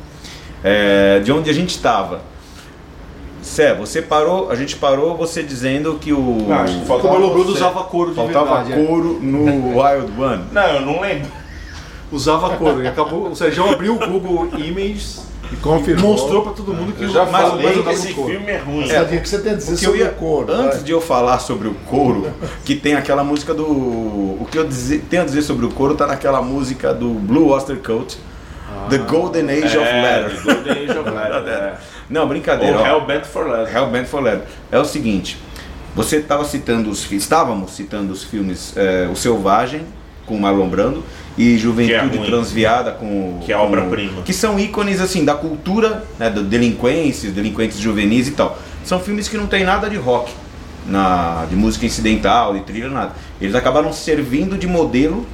Speaker 7: é, de onde a gente estava. Sé, você parou, a gente parou você dizendo que o.
Speaker 5: Não, acho que
Speaker 3: Como
Speaker 5: faltava
Speaker 3: o Marlon Brando
Speaker 5: você.
Speaker 3: usava couro de
Speaker 7: faltava
Speaker 3: verdade. é.
Speaker 7: (laughs) couro no Wild One.
Speaker 5: Não, eu não lembro.
Speaker 3: Usava couro. E acabou, o Sérgio abriu o Google Images
Speaker 4: E confirmou.
Speaker 3: mostrou pra todo mundo que
Speaker 5: Eu já
Speaker 3: o Marlon
Speaker 5: falei
Speaker 3: Brando
Speaker 5: que
Speaker 3: usava
Speaker 5: esse
Speaker 3: couro.
Speaker 5: filme é ruim.
Speaker 4: Sabe o que você tem a dizer
Speaker 7: que eu
Speaker 4: sobre
Speaker 7: ia,
Speaker 4: o couro?
Speaker 7: antes
Speaker 4: vai?
Speaker 7: de eu falar sobre o couro, que tem aquela música do. O que eu dizer- tenho a dizer sobre o couro tá naquela música do Blue Oyster Cult, The
Speaker 4: Ah.
Speaker 7: Golden Age of
Speaker 5: É,
Speaker 7: Leather.
Speaker 5: Golden Age of Leather.
Speaker 7: Não, brincadeira.
Speaker 5: é. Ou
Speaker 7: ó.
Speaker 5: Hellbent for Leather.
Speaker 7: Hellbent for Leather. É o seguinte, você estava citando os fi- estávamos citando os filmes é, O Selvagem com o Marlon Brando e
Speaker 5: Que
Speaker 7: Juventude
Speaker 5: é ruim.
Speaker 7: Transviada com o-
Speaker 5: Que é
Speaker 7: com o-
Speaker 5: obra-prima.
Speaker 7: que são ícones assim da cultura, né, do delinquentes, delinquentes juvenis e tal. São filmes que não tem nada de rock, na de música incidental, de trilha nada. Eles acabaram servindo de modelo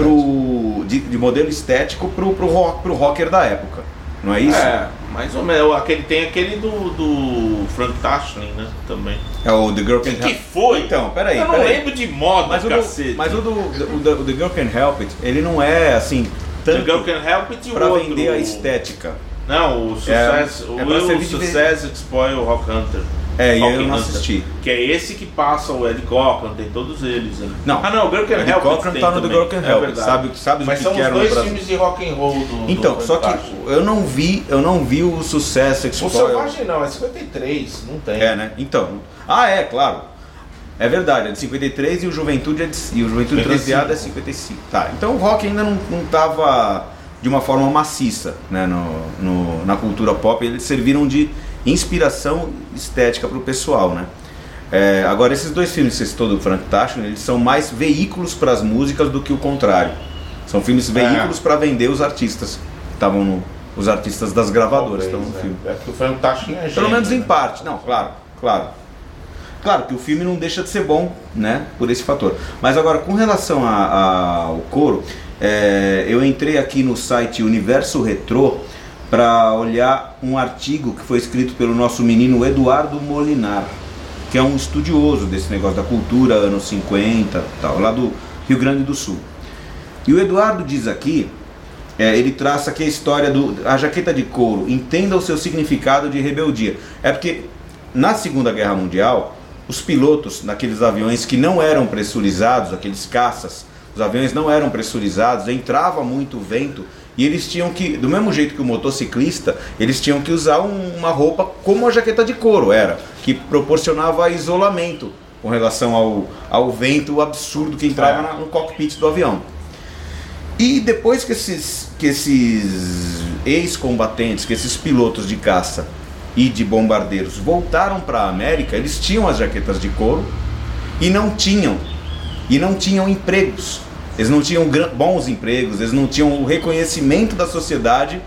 Speaker 7: pro de, de modelo estético pro, pro rock, pro rocker da época. Não é isso?
Speaker 5: É, mais ou menos. Aquele, tem aquele do, do Frank Tashlin, né? Também.
Speaker 7: É o The Girl Can
Speaker 5: Que,
Speaker 7: Help-
Speaker 5: que foi?
Speaker 7: Então, peraí,
Speaker 5: Eu não
Speaker 7: peraí.
Speaker 5: lembro de moda,
Speaker 7: Mas o, do,
Speaker 5: cacete.
Speaker 7: mas o do o da- o The Girl Can Help It, ele não é assim
Speaker 5: The Girl
Speaker 7: tanto
Speaker 5: Can Help It e o
Speaker 7: pra
Speaker 5: outro.
Speaker 7: vender a estética.
Speaker 5: Não, o sucesso.
Speaker 7: é
Speaker 5: o
Speaker 7: pra
Speaker 5: Will
Speaker 7: servir de
Speaker 5: Success Spoil Rock Hunter.
Speaker 7: É, e
Speaker 5: Rock
Speaker 7: eu não
Speaker 5: Hunter,
Speaker 7: assisti.
Speaker 5: Que é esse que passa o Ed Cochran, tem todos eles. Né?
Speaker 7: Não.
Speaker 5: Ah, não, o Girl Can
Speaker 7: O Ed
Speaker 5: Help
Speaker 7: Cochran
Speaker 5: It tem
Speaker 7: tá no The
Speaker 5: também,
Speaker 7: Girl Can
Speaker 5: é
Speaker 7: Help It,
Speaker 5: verdade.
Speaker 7: sabe- sabe o
Speaker 5: Mas
Speaker 7: que
Speaker 5: são
Speaker 7: que era
Speaker 5: os
Speaker 7: no
Speaker 5: dois
Speaker 7: Brasil.
Speaker 5: filmes de rock and roll do do
Speaker 7: Então, só que
Speaker 5: Fantástico.
Speaker 7: eu não vi, eu não vi o sucesso
Speaker 5: O
Speaker 7: Explorer.
Speaker 5: Selvagem não, é 53, não tem.
Speaker 7: É, né? Então. Ah, é, claro. É verdade, é de 53 e o Juventude é de, e o Juventude
Speaker 5: 55.
Speaker 7: Transviada é 55. Tá. Então o rock ainda não, não tava de uma forma maciça, né, no, no- na cultura pop, eles serviram de inspiração estética pro pessoal, né? É, agora esses dois filmes, esse todo do Frank Tashlin, eles são mais veículos para as músicas do que o contrário. São filmes
Speaker 5: É.
Speaker 7: veículos para vender os artistas. que Estavam no- os artistas das gravadoras, estavam no
Speaker 5: Talvez,
Speaker 7: filme.
Speaker 5: né? É porque o Frank Tashlin é
Speaker 7: Pelo
Speaker 5: gênio,
Speaker 7: menos em
Speaker 5: né?
Speaker 7: parte, não, claro, claro. Claro que o filme não deixa de ser bom, né, por esse fator. Mas agora, com relação a- a- ao couro, é, eu entrei aqui no site Universo Retrô para olhar um artigo que foi escrito pelo nosso menino Eduardo Molinar.
Speaker 1: que é um estudioso desse negócio da cultura, anos 50 tal, lá do Rio Grande do Sul. E o Eduardo diz aqui, é, ele traça aqui a história do a jaqueta de couro, entenda o seu significado de rebeldia. É porque na Segunda Guerra Mundial, os pilotos naqueles aviões que não eram pressurizados, aqueles caças, os aviões não eram pressurizados, entrava muito vento e eles tinham que, do mesmo jeito que o motociclista, eles tinham que usar um- uma roupa como a jaqueta de couro era, que proporcionava isolamento com relação ao, ao vento absurdo que entrava na- no cockpit do avião. E depois que esses, que esses ex-combatentes, que esses pilotos de caça e de bombardeiros voltaram para a América, eles tinham as jaquetas de couro e não tinham e não tinham empregos. Eles não tinham gran- bons empregos, eles não tinham o reconhecimento da sociedade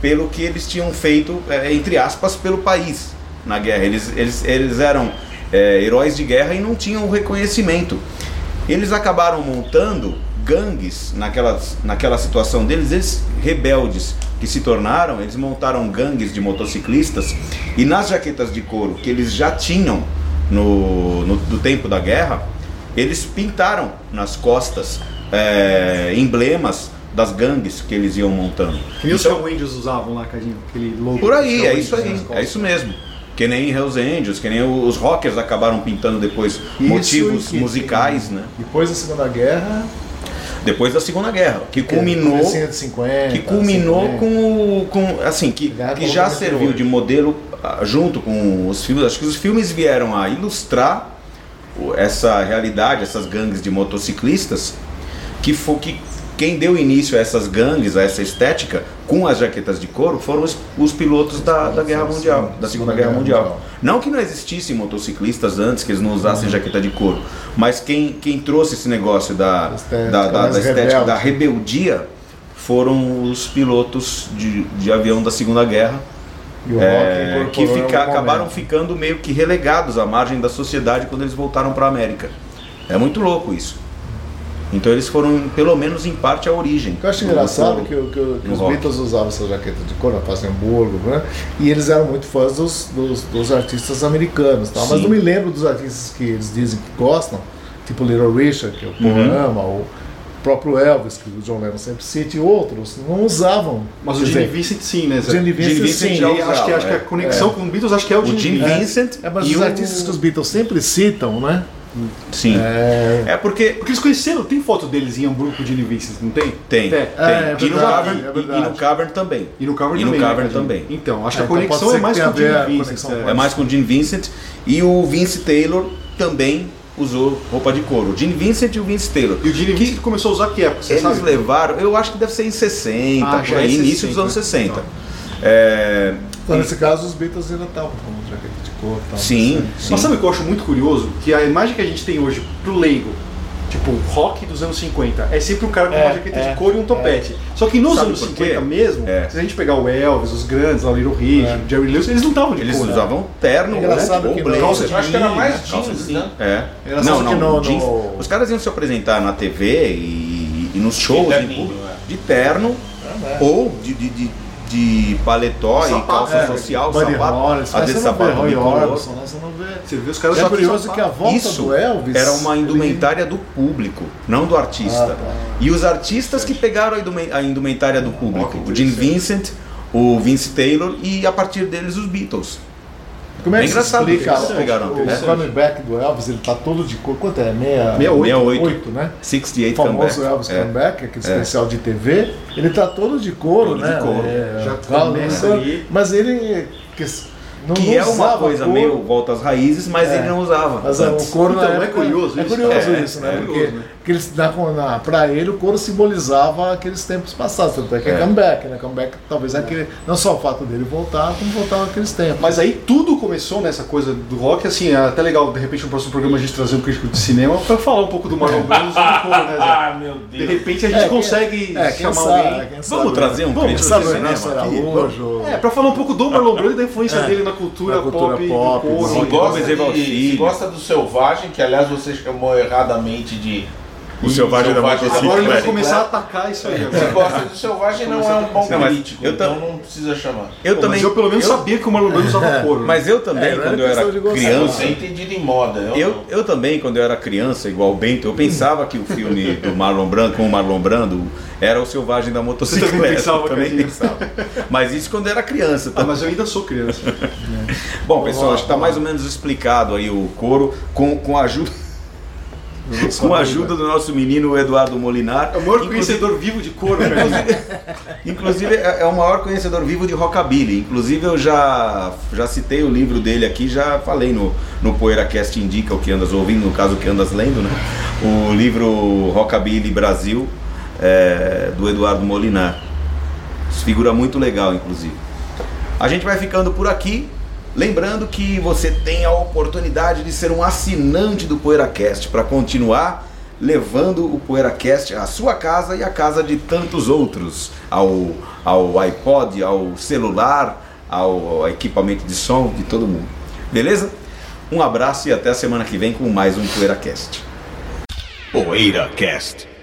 Speaker 1: pelo que eles tinham feito, eh, entre aspas, pelo país na guerra. Eles, eles, eles eram eh, heróis de guerra e não tinham o reconhecimento. Eles acabaram montando gangues naquelas, naquela situação deles, eles rebeldes que se tornaram, eles montaram gangues de motociclistas e nas jaquetas de couro que eles já tinham no, no do tempo da guerra, eles pintaram nas costas é, emblemas das gangues que eles iam montando.
Speaker 3: Que nem os
Speaker 1: Então,
Speaker 3: Shawn Angels usavam lá, Cadinho, aquele logo.
Speaker 1: por aí,
Speaker 3: Shawn
Speaker 1: é
Speaker 3: Angels
Speaker 1: isso aí,
Speaker 3: nas costas.
Speaker 1: é isso mesmo. Que nem Hells Angels, que nem o- os rockers acabaram pintando depois
Speaker 4: e
Speaker 1: motivos
Speaker 4: que-
Speaker 1: musicais, né?
Speaker 4: Depois da Segunda Guerra,
Speaker 1: Depois da Segunda Guerra, que culminou,
Speaker 4: comecinho de 50,
Speaker 1: que culminou
Speaker 4: 50.
Speaker 1: com, o- com assim, que,
Speaker 4: é. Obrigado,
Speaker 1: que já
Speaker 4: vamos ver
Speaker 1: serviu
Speaker 4: hoje.
Speaker 1: de modelo ah, junto com os filmes. Acho que os filmes vieram a ilustrar o- essa realidade, essas gangues de motociclistas, que foi que quem deu início a essas gangues, a essa estética, com as jaquetas de couro, foram os, os pilotos da, da Guerra Mundial, da Segunda Guerra Mundial. Não que não existissem motociclistas antes, que eles não usassem jaqueta de couro, mas quem, quem trouxe esse negócio da,
Speaker 4: Estética,
Speaker 1: da, da-
Speaker 4: mais
Speaker 1: da estética,
Speaker 4: rebelde.
Speaker 1: da rebeldia, foram os pilotos de, de avião da Segunda Guerra,
Speaker 4: E o rock
Speaker 1: é,
Speaker 4: incorporou
Speaker 1: que
Speaker 4: em
Speaker 1: fica-
Speaker 4: algum
Speaker 1: acabaram
Speaker 4: momento.
Speaker 1: ficando meio que relegados à margem da sociedade quando eles voltaram para a América. É muito louco isso. Então eles foram, pelo menos em parte, a origem.
Speaker 4: O que eu acho
Speaker 1: do-
Speaker 4: engraçado
Speaker 1: do-
Speaker 4: é que, o- que o- que
Speaker 1: no
Speaker 4: os
Speaker 1: rock.
Speaker 4: Beatles usavam essa jaqueta de couro, fazem burgo, né? E eles eram muito fãs dos, dos, dos artistas americanos, tal. mas
Speaker 1: Sim.
Speaker 4: não me lembro dos artistas que eles dizem que gostam, tipo Little Richard, que o Paul
Speaker 1: Uhum.
Speaker 4: ama, o próprio Elvis, que o John Lennon sempre cita, e outros não usavam.
Speaker 3: Mas
Speaker 4: Quer
Speaker 3: o Gene
Speaker 4: dizer,
Speaker 3: Vincent sim, né, Zé?
Speaker 4: Gene Vincent,
Speaker 1: Gene Vincent
Speaker 4: sim,
Speaker 1: já
Speaker 3: E acho que, acho que
Speaker 1: usava,
Speaker 3: a conexão com o Beatles acho que né? é o
Speaker 1: O Jim
Speaker 3: Gene Vincent.
Speaker 1: Vincent
Speaker 4: É, mas
Speaker 1: e
Speaker 4: os
Speaker 1: o-
Speaker 4: artistas que os Beatles sempre citam, né?
Speaker 1: Sim. É, porque
Speaker 3: Porque eles conheceram, tem foto deles em um Hamburgo com o Gene Vincent, não tem?
Speaker 1: tem,
Speaker 3: Até.
Speaker 1: tem.
Speaker 4: É,
Speaker 1: e, no
Speaker 4: verdade,
Speaker 1: Cavern,
Speaker 4: é
Speaker 1: e- e
Speaker 4: verdade.
Speaker 1: no Cavern também.
Speaker 3: E no Cavern
Speaker 1: E no
Speaker 3: também.
Speaker 1: Cavern
Speaker 3: Cadinho?
Speaker 1: também.
Speaker 3: Então, acho que a
Speaker 4: É, então pode
Speaker 3: conexão
Speaker 4: ser
Speaker 3: é
Speaker 4: que
Speaker 3: mais com
Speaker 4: tenha
Speaker 3: o Gene
Speaker 4: a ver a
Speaker 3: Vincent.
Speaker 4: conexão. né?
Speaker 3: é.
Speaker 1: É mais com o Gene Vincent. E o Vince Taylor também usou roupa de couro. O Gene Vincent e o Vince Taylor.
Speaker 3: E o Gene Vincent começou a usar que época, você
Speaker 1: Eles
Speaker 3: sabe?
Speaker 1: levaram, eu acho que deve ser em 60,
Speaker 3: Ah,
Speaker 1: por
Speaker 3: já
Speaker 1: aí,
Speaker 3: é
Speaker 1: início dos anos
Speaker 3: 60,
Speaker 4: né?
Speaker 1: 60. É,
Speaker 4: Então, nesse caso, os Beatles ainda estavam com jaqueta de couro. tal,
Speaker 1: sim,
Speaker 4: assim.
Speaker 1: sim.
Speaker 3: Mas sabe o que eu acho muito curioso? Que a imagem que a gente tem hoje pro leigo, tipo o rock dos anos 50, é sempre um cara com uma jaqueta
Speaker 4: é,
Speaker 3: de couro e um topete. Só que nos
Speaker 1: Sabe
Speaker 3: anos
Speaker 1: por quê?
Speaker 3: 50 mesmo,
Speaker 1: É.
Speaker 3: se a gente pegar o Elvis, os grandes, lá, o Little Richard, o Jerry Lewis, eles não estavam de né?
Speaker 1: Eles
Speaker 3: couro.
Speaker 1: usavam terno,
Speaker 4: É engraçado
Speaker 1: ou
Speaker 4: que
Speaker 1: blazer.
Speaker 4: não. Calça de
Speaker 7: Eu acho que era mais
Speaker 1: Calça
Speaker 7: jeans,
Speaker 1: jeans.
Speaker 7: né?
Speaker 1: É.
Speaker 4: Engraçado
Speaker 1: Não, não,
Speaker 4: que no-
Speaker 1: jeans.
Speaker 4: no-
Speaker 1: Os caras iam se apresentar na TV e, e nos shows
Speaker 7: De
Speaker 1: em
Speaker 7: terninho,
Speaker 1: público,
Speaker 5: né?
Speaker 7: é.
Speaker 1: de terno ou de, de, de, de paletó e calça social,
Speaker 4: É. Buddy
Speaker 1: sapato,
Speaker 4: Hollis,
Speaker 1: às
Speaker 4: mas
Speaker 1: vezes
Speaker 4: você não vê
Speaker 1: sapato
Speaker 4: Roy
Speaker 1: bicolor.
Speaker 4: Orbison, né? é Você não vê...
Speaker 3: Você vê os caras
Speaker 4: É
Speaker 3: só
Speaker 4: curioso que a volta
Speaker 1: Isso
Speaker 4: do Elvis
Speaker 1: era uma
Speaker 4: ele-
Speaker 1: indumentária do público, não do
Speaker 4: Ah,
Speaker 1: artista.
Speaker 4: tá.
Speaker 1: E os artistas que pegaram a indumen- a indumentária do público, o Gene Vincent, o Vince Taylor e a partir deles os Beatles.
Speaker 4: Como é que
Speaker 1: É engraçado
Speaker 4: se explica
Speaker 1: que eles pegaram,
Speaker 4: o,
Speaker 1: né?
Speaker 4: o comeback do Elvis? Ele tá todo de cor. Quanto é? Meia,
Speaker 3: 68.
Speaker 1: 68,
Speaker 4: oito, né? O
Speaker 1: 68
Speaker 4: famoso
Speaker 1: comeback.
Speaker 4: Elvis
Speaker 1: É.
Speaker 4: Comeback, aquele especial de TV, ele tá todo de couro,
Speaker 1: Todo de
Speaker 4: né?
Speaker 1: couro.
Speaker 4: É,
Speaker 3: Já
Speaker 4: calça,
Speaker 3: começa ali.
Speaker 4: Mas ele que, não,
Speaker 1: Que
Speaker 4: não
Speaker 1: é uma
Speaker 4: usava
Speaker 1: coisa
Speaker 4: couro,
Speaker 1: meio volta às raízes, mas ele não usava.
Speaker 4: Mas é, o
Speaker 1: antes.
Speaker 4: couro na
Speaker 3: Então, é
Speaker 4: época-
Speaker 3: curioso
Speaker 4: É
Speaker 3: isso.
Speaker 4: curioso
Speaker 1: É,
Speaker 4: isso, né?
Speaker 1: é
Speaker 4: porque
Speaker 3: curioso, né?
Speaker 4: porque eles, na, na, pra ele o couro simbolizava aqueles tempos passados, tanto é que é,
Speaker 1: É.
Speaker 4: comeback, né? Comeback talvez é aquele, não só o fato dele voltar, como voltar naqueles tempos.
Speaker 3: Mas aí tudo começou nessa coisa do rock, assim, é até legal, de repente no próximo programa a gente trazer um crítico de cinema pra falar um pouco do Marlon Brando usando couro, né, Zé?
Speaker 7: Ah, meu
Speaker 3: De
Speaker 7: Deus.
Speaker 3: repente a gente
Speaker 4: É, quem-
Speaker 3: consegue
Speaker 4: é, quem
Speaker 3: chamar
Speaker 4: sabe,
Speaker 3: alguém.
Speaker 4: quem sabe,
Speaker 1: Vamos trazer um
Speaker 4: Vamos,
Speaker 1: crítico
Speaker 4: sabe, né,
Speaker 1: de cinema
Speaker 4: Ernesto
Speaker 1: aqui?
Speaker 4: Araújo.
Speaker 3: É, pra falar um pouco do Marlon Brando e da influência dele na cultura,
Speaker 4: É. na cultura
Speaker 3: pop,
Speaker 4: pop,
Speaker 3: do
Speaker 7: Se
Speaker 3: couro. né?
Speaker 1: Sim.
Speaker 7: gosta,
Speaker 1: Evaldo
Speaker 7: de,
Speaker 1: Filho.
Speaker 7: se gosta do selvagem, que aliás você chamou erradamente de
Speaker 8: O Selvagem da
Speaker 5: Selvagem da
Speaker 8: Motocicleta.
Speaker 3: Agora ele vai
Speaker 8: Classic.
Speaker 3: começar a atacar isso aí. né?
Speaker 5: Quem
Speaker 3: Agora.
Speaker 5: gosta do Selvagem não é um bom
Speaker 7: Não, mas
Speaker 5: político,
Speaker 7: eu
Speaker 5: então
Speaker 7: tam-
Speaker 5: não precisa chamar.
Speaker 7: Eu
Speaker 3: Pô,
Speaker 7: também.
Speaker 3: Mas eu pelo menos
Speaker 7: eu-
Speaker 3: sabia que o Marlon Brando
Speaker 7: (laughs)
Speaker 3: usava couro. né?
Speaker 7: Mas eu também,
Speaker 4: É, não era
Speaker 7: quando eu
Speaker 4: questão de
Speaker 7: era
Speaker 4: gostar.
Speaker 7: criança,
Speaker 5: Você é entendido em moda. Eu,
Speaker 7: Eu, eu também, quando eu era criança, igual o Bento, eu pensava que o filme do Marlon Brando, com o Marlon Brando, era o Selvagem da Motocicleta.
Speaker 3: também pensava,
Speaker 7: Eu também
Speaker 3: Cadinho?
Speaker 7: pensava. Mas isso quando eu era criança.
Speaker 3: Ah,
Speaker 7: Tá?
Speaker 3: mas eu ainda sou criança.
Speaker 7: Bom, pessoal, acho que está mais ou menos explicado aí o coro, com, com a ajuda, (laughs) com a ajuda do nosso menino Eduardo Molinar.
Speaker 3: É o maior
Speaker 7: Inclusive-
Speaker 3: conhecedor vivo de né? couro, velho.
Speaker 7: (laughs) Inclusive, é é o maior conhecedor vivo de rockabilly. Inclusive, eu já, já citei o livro dele aqui, já falei no, no PoeiraCast Indica o que andas ouvindo, no caso, o que andas lendo, né? O livro Rockabilly Brasil, é, do Eduardo Molinar. Figura muito legal, inclusive. A gente vai ficando por aqui. Lembrando que você tem a oportunidade de ser um assinante do PoeiraCast para continuar levando o PoeiraCast à sua casa e à casa de tantos outros, ao, ao iPod, ao celular, ao, ao equipamento de som de todo mundo. Beleza? Um abraço e até a semana que vem com mais um PoeiraCast.
Speaker 1: PoeiraCast.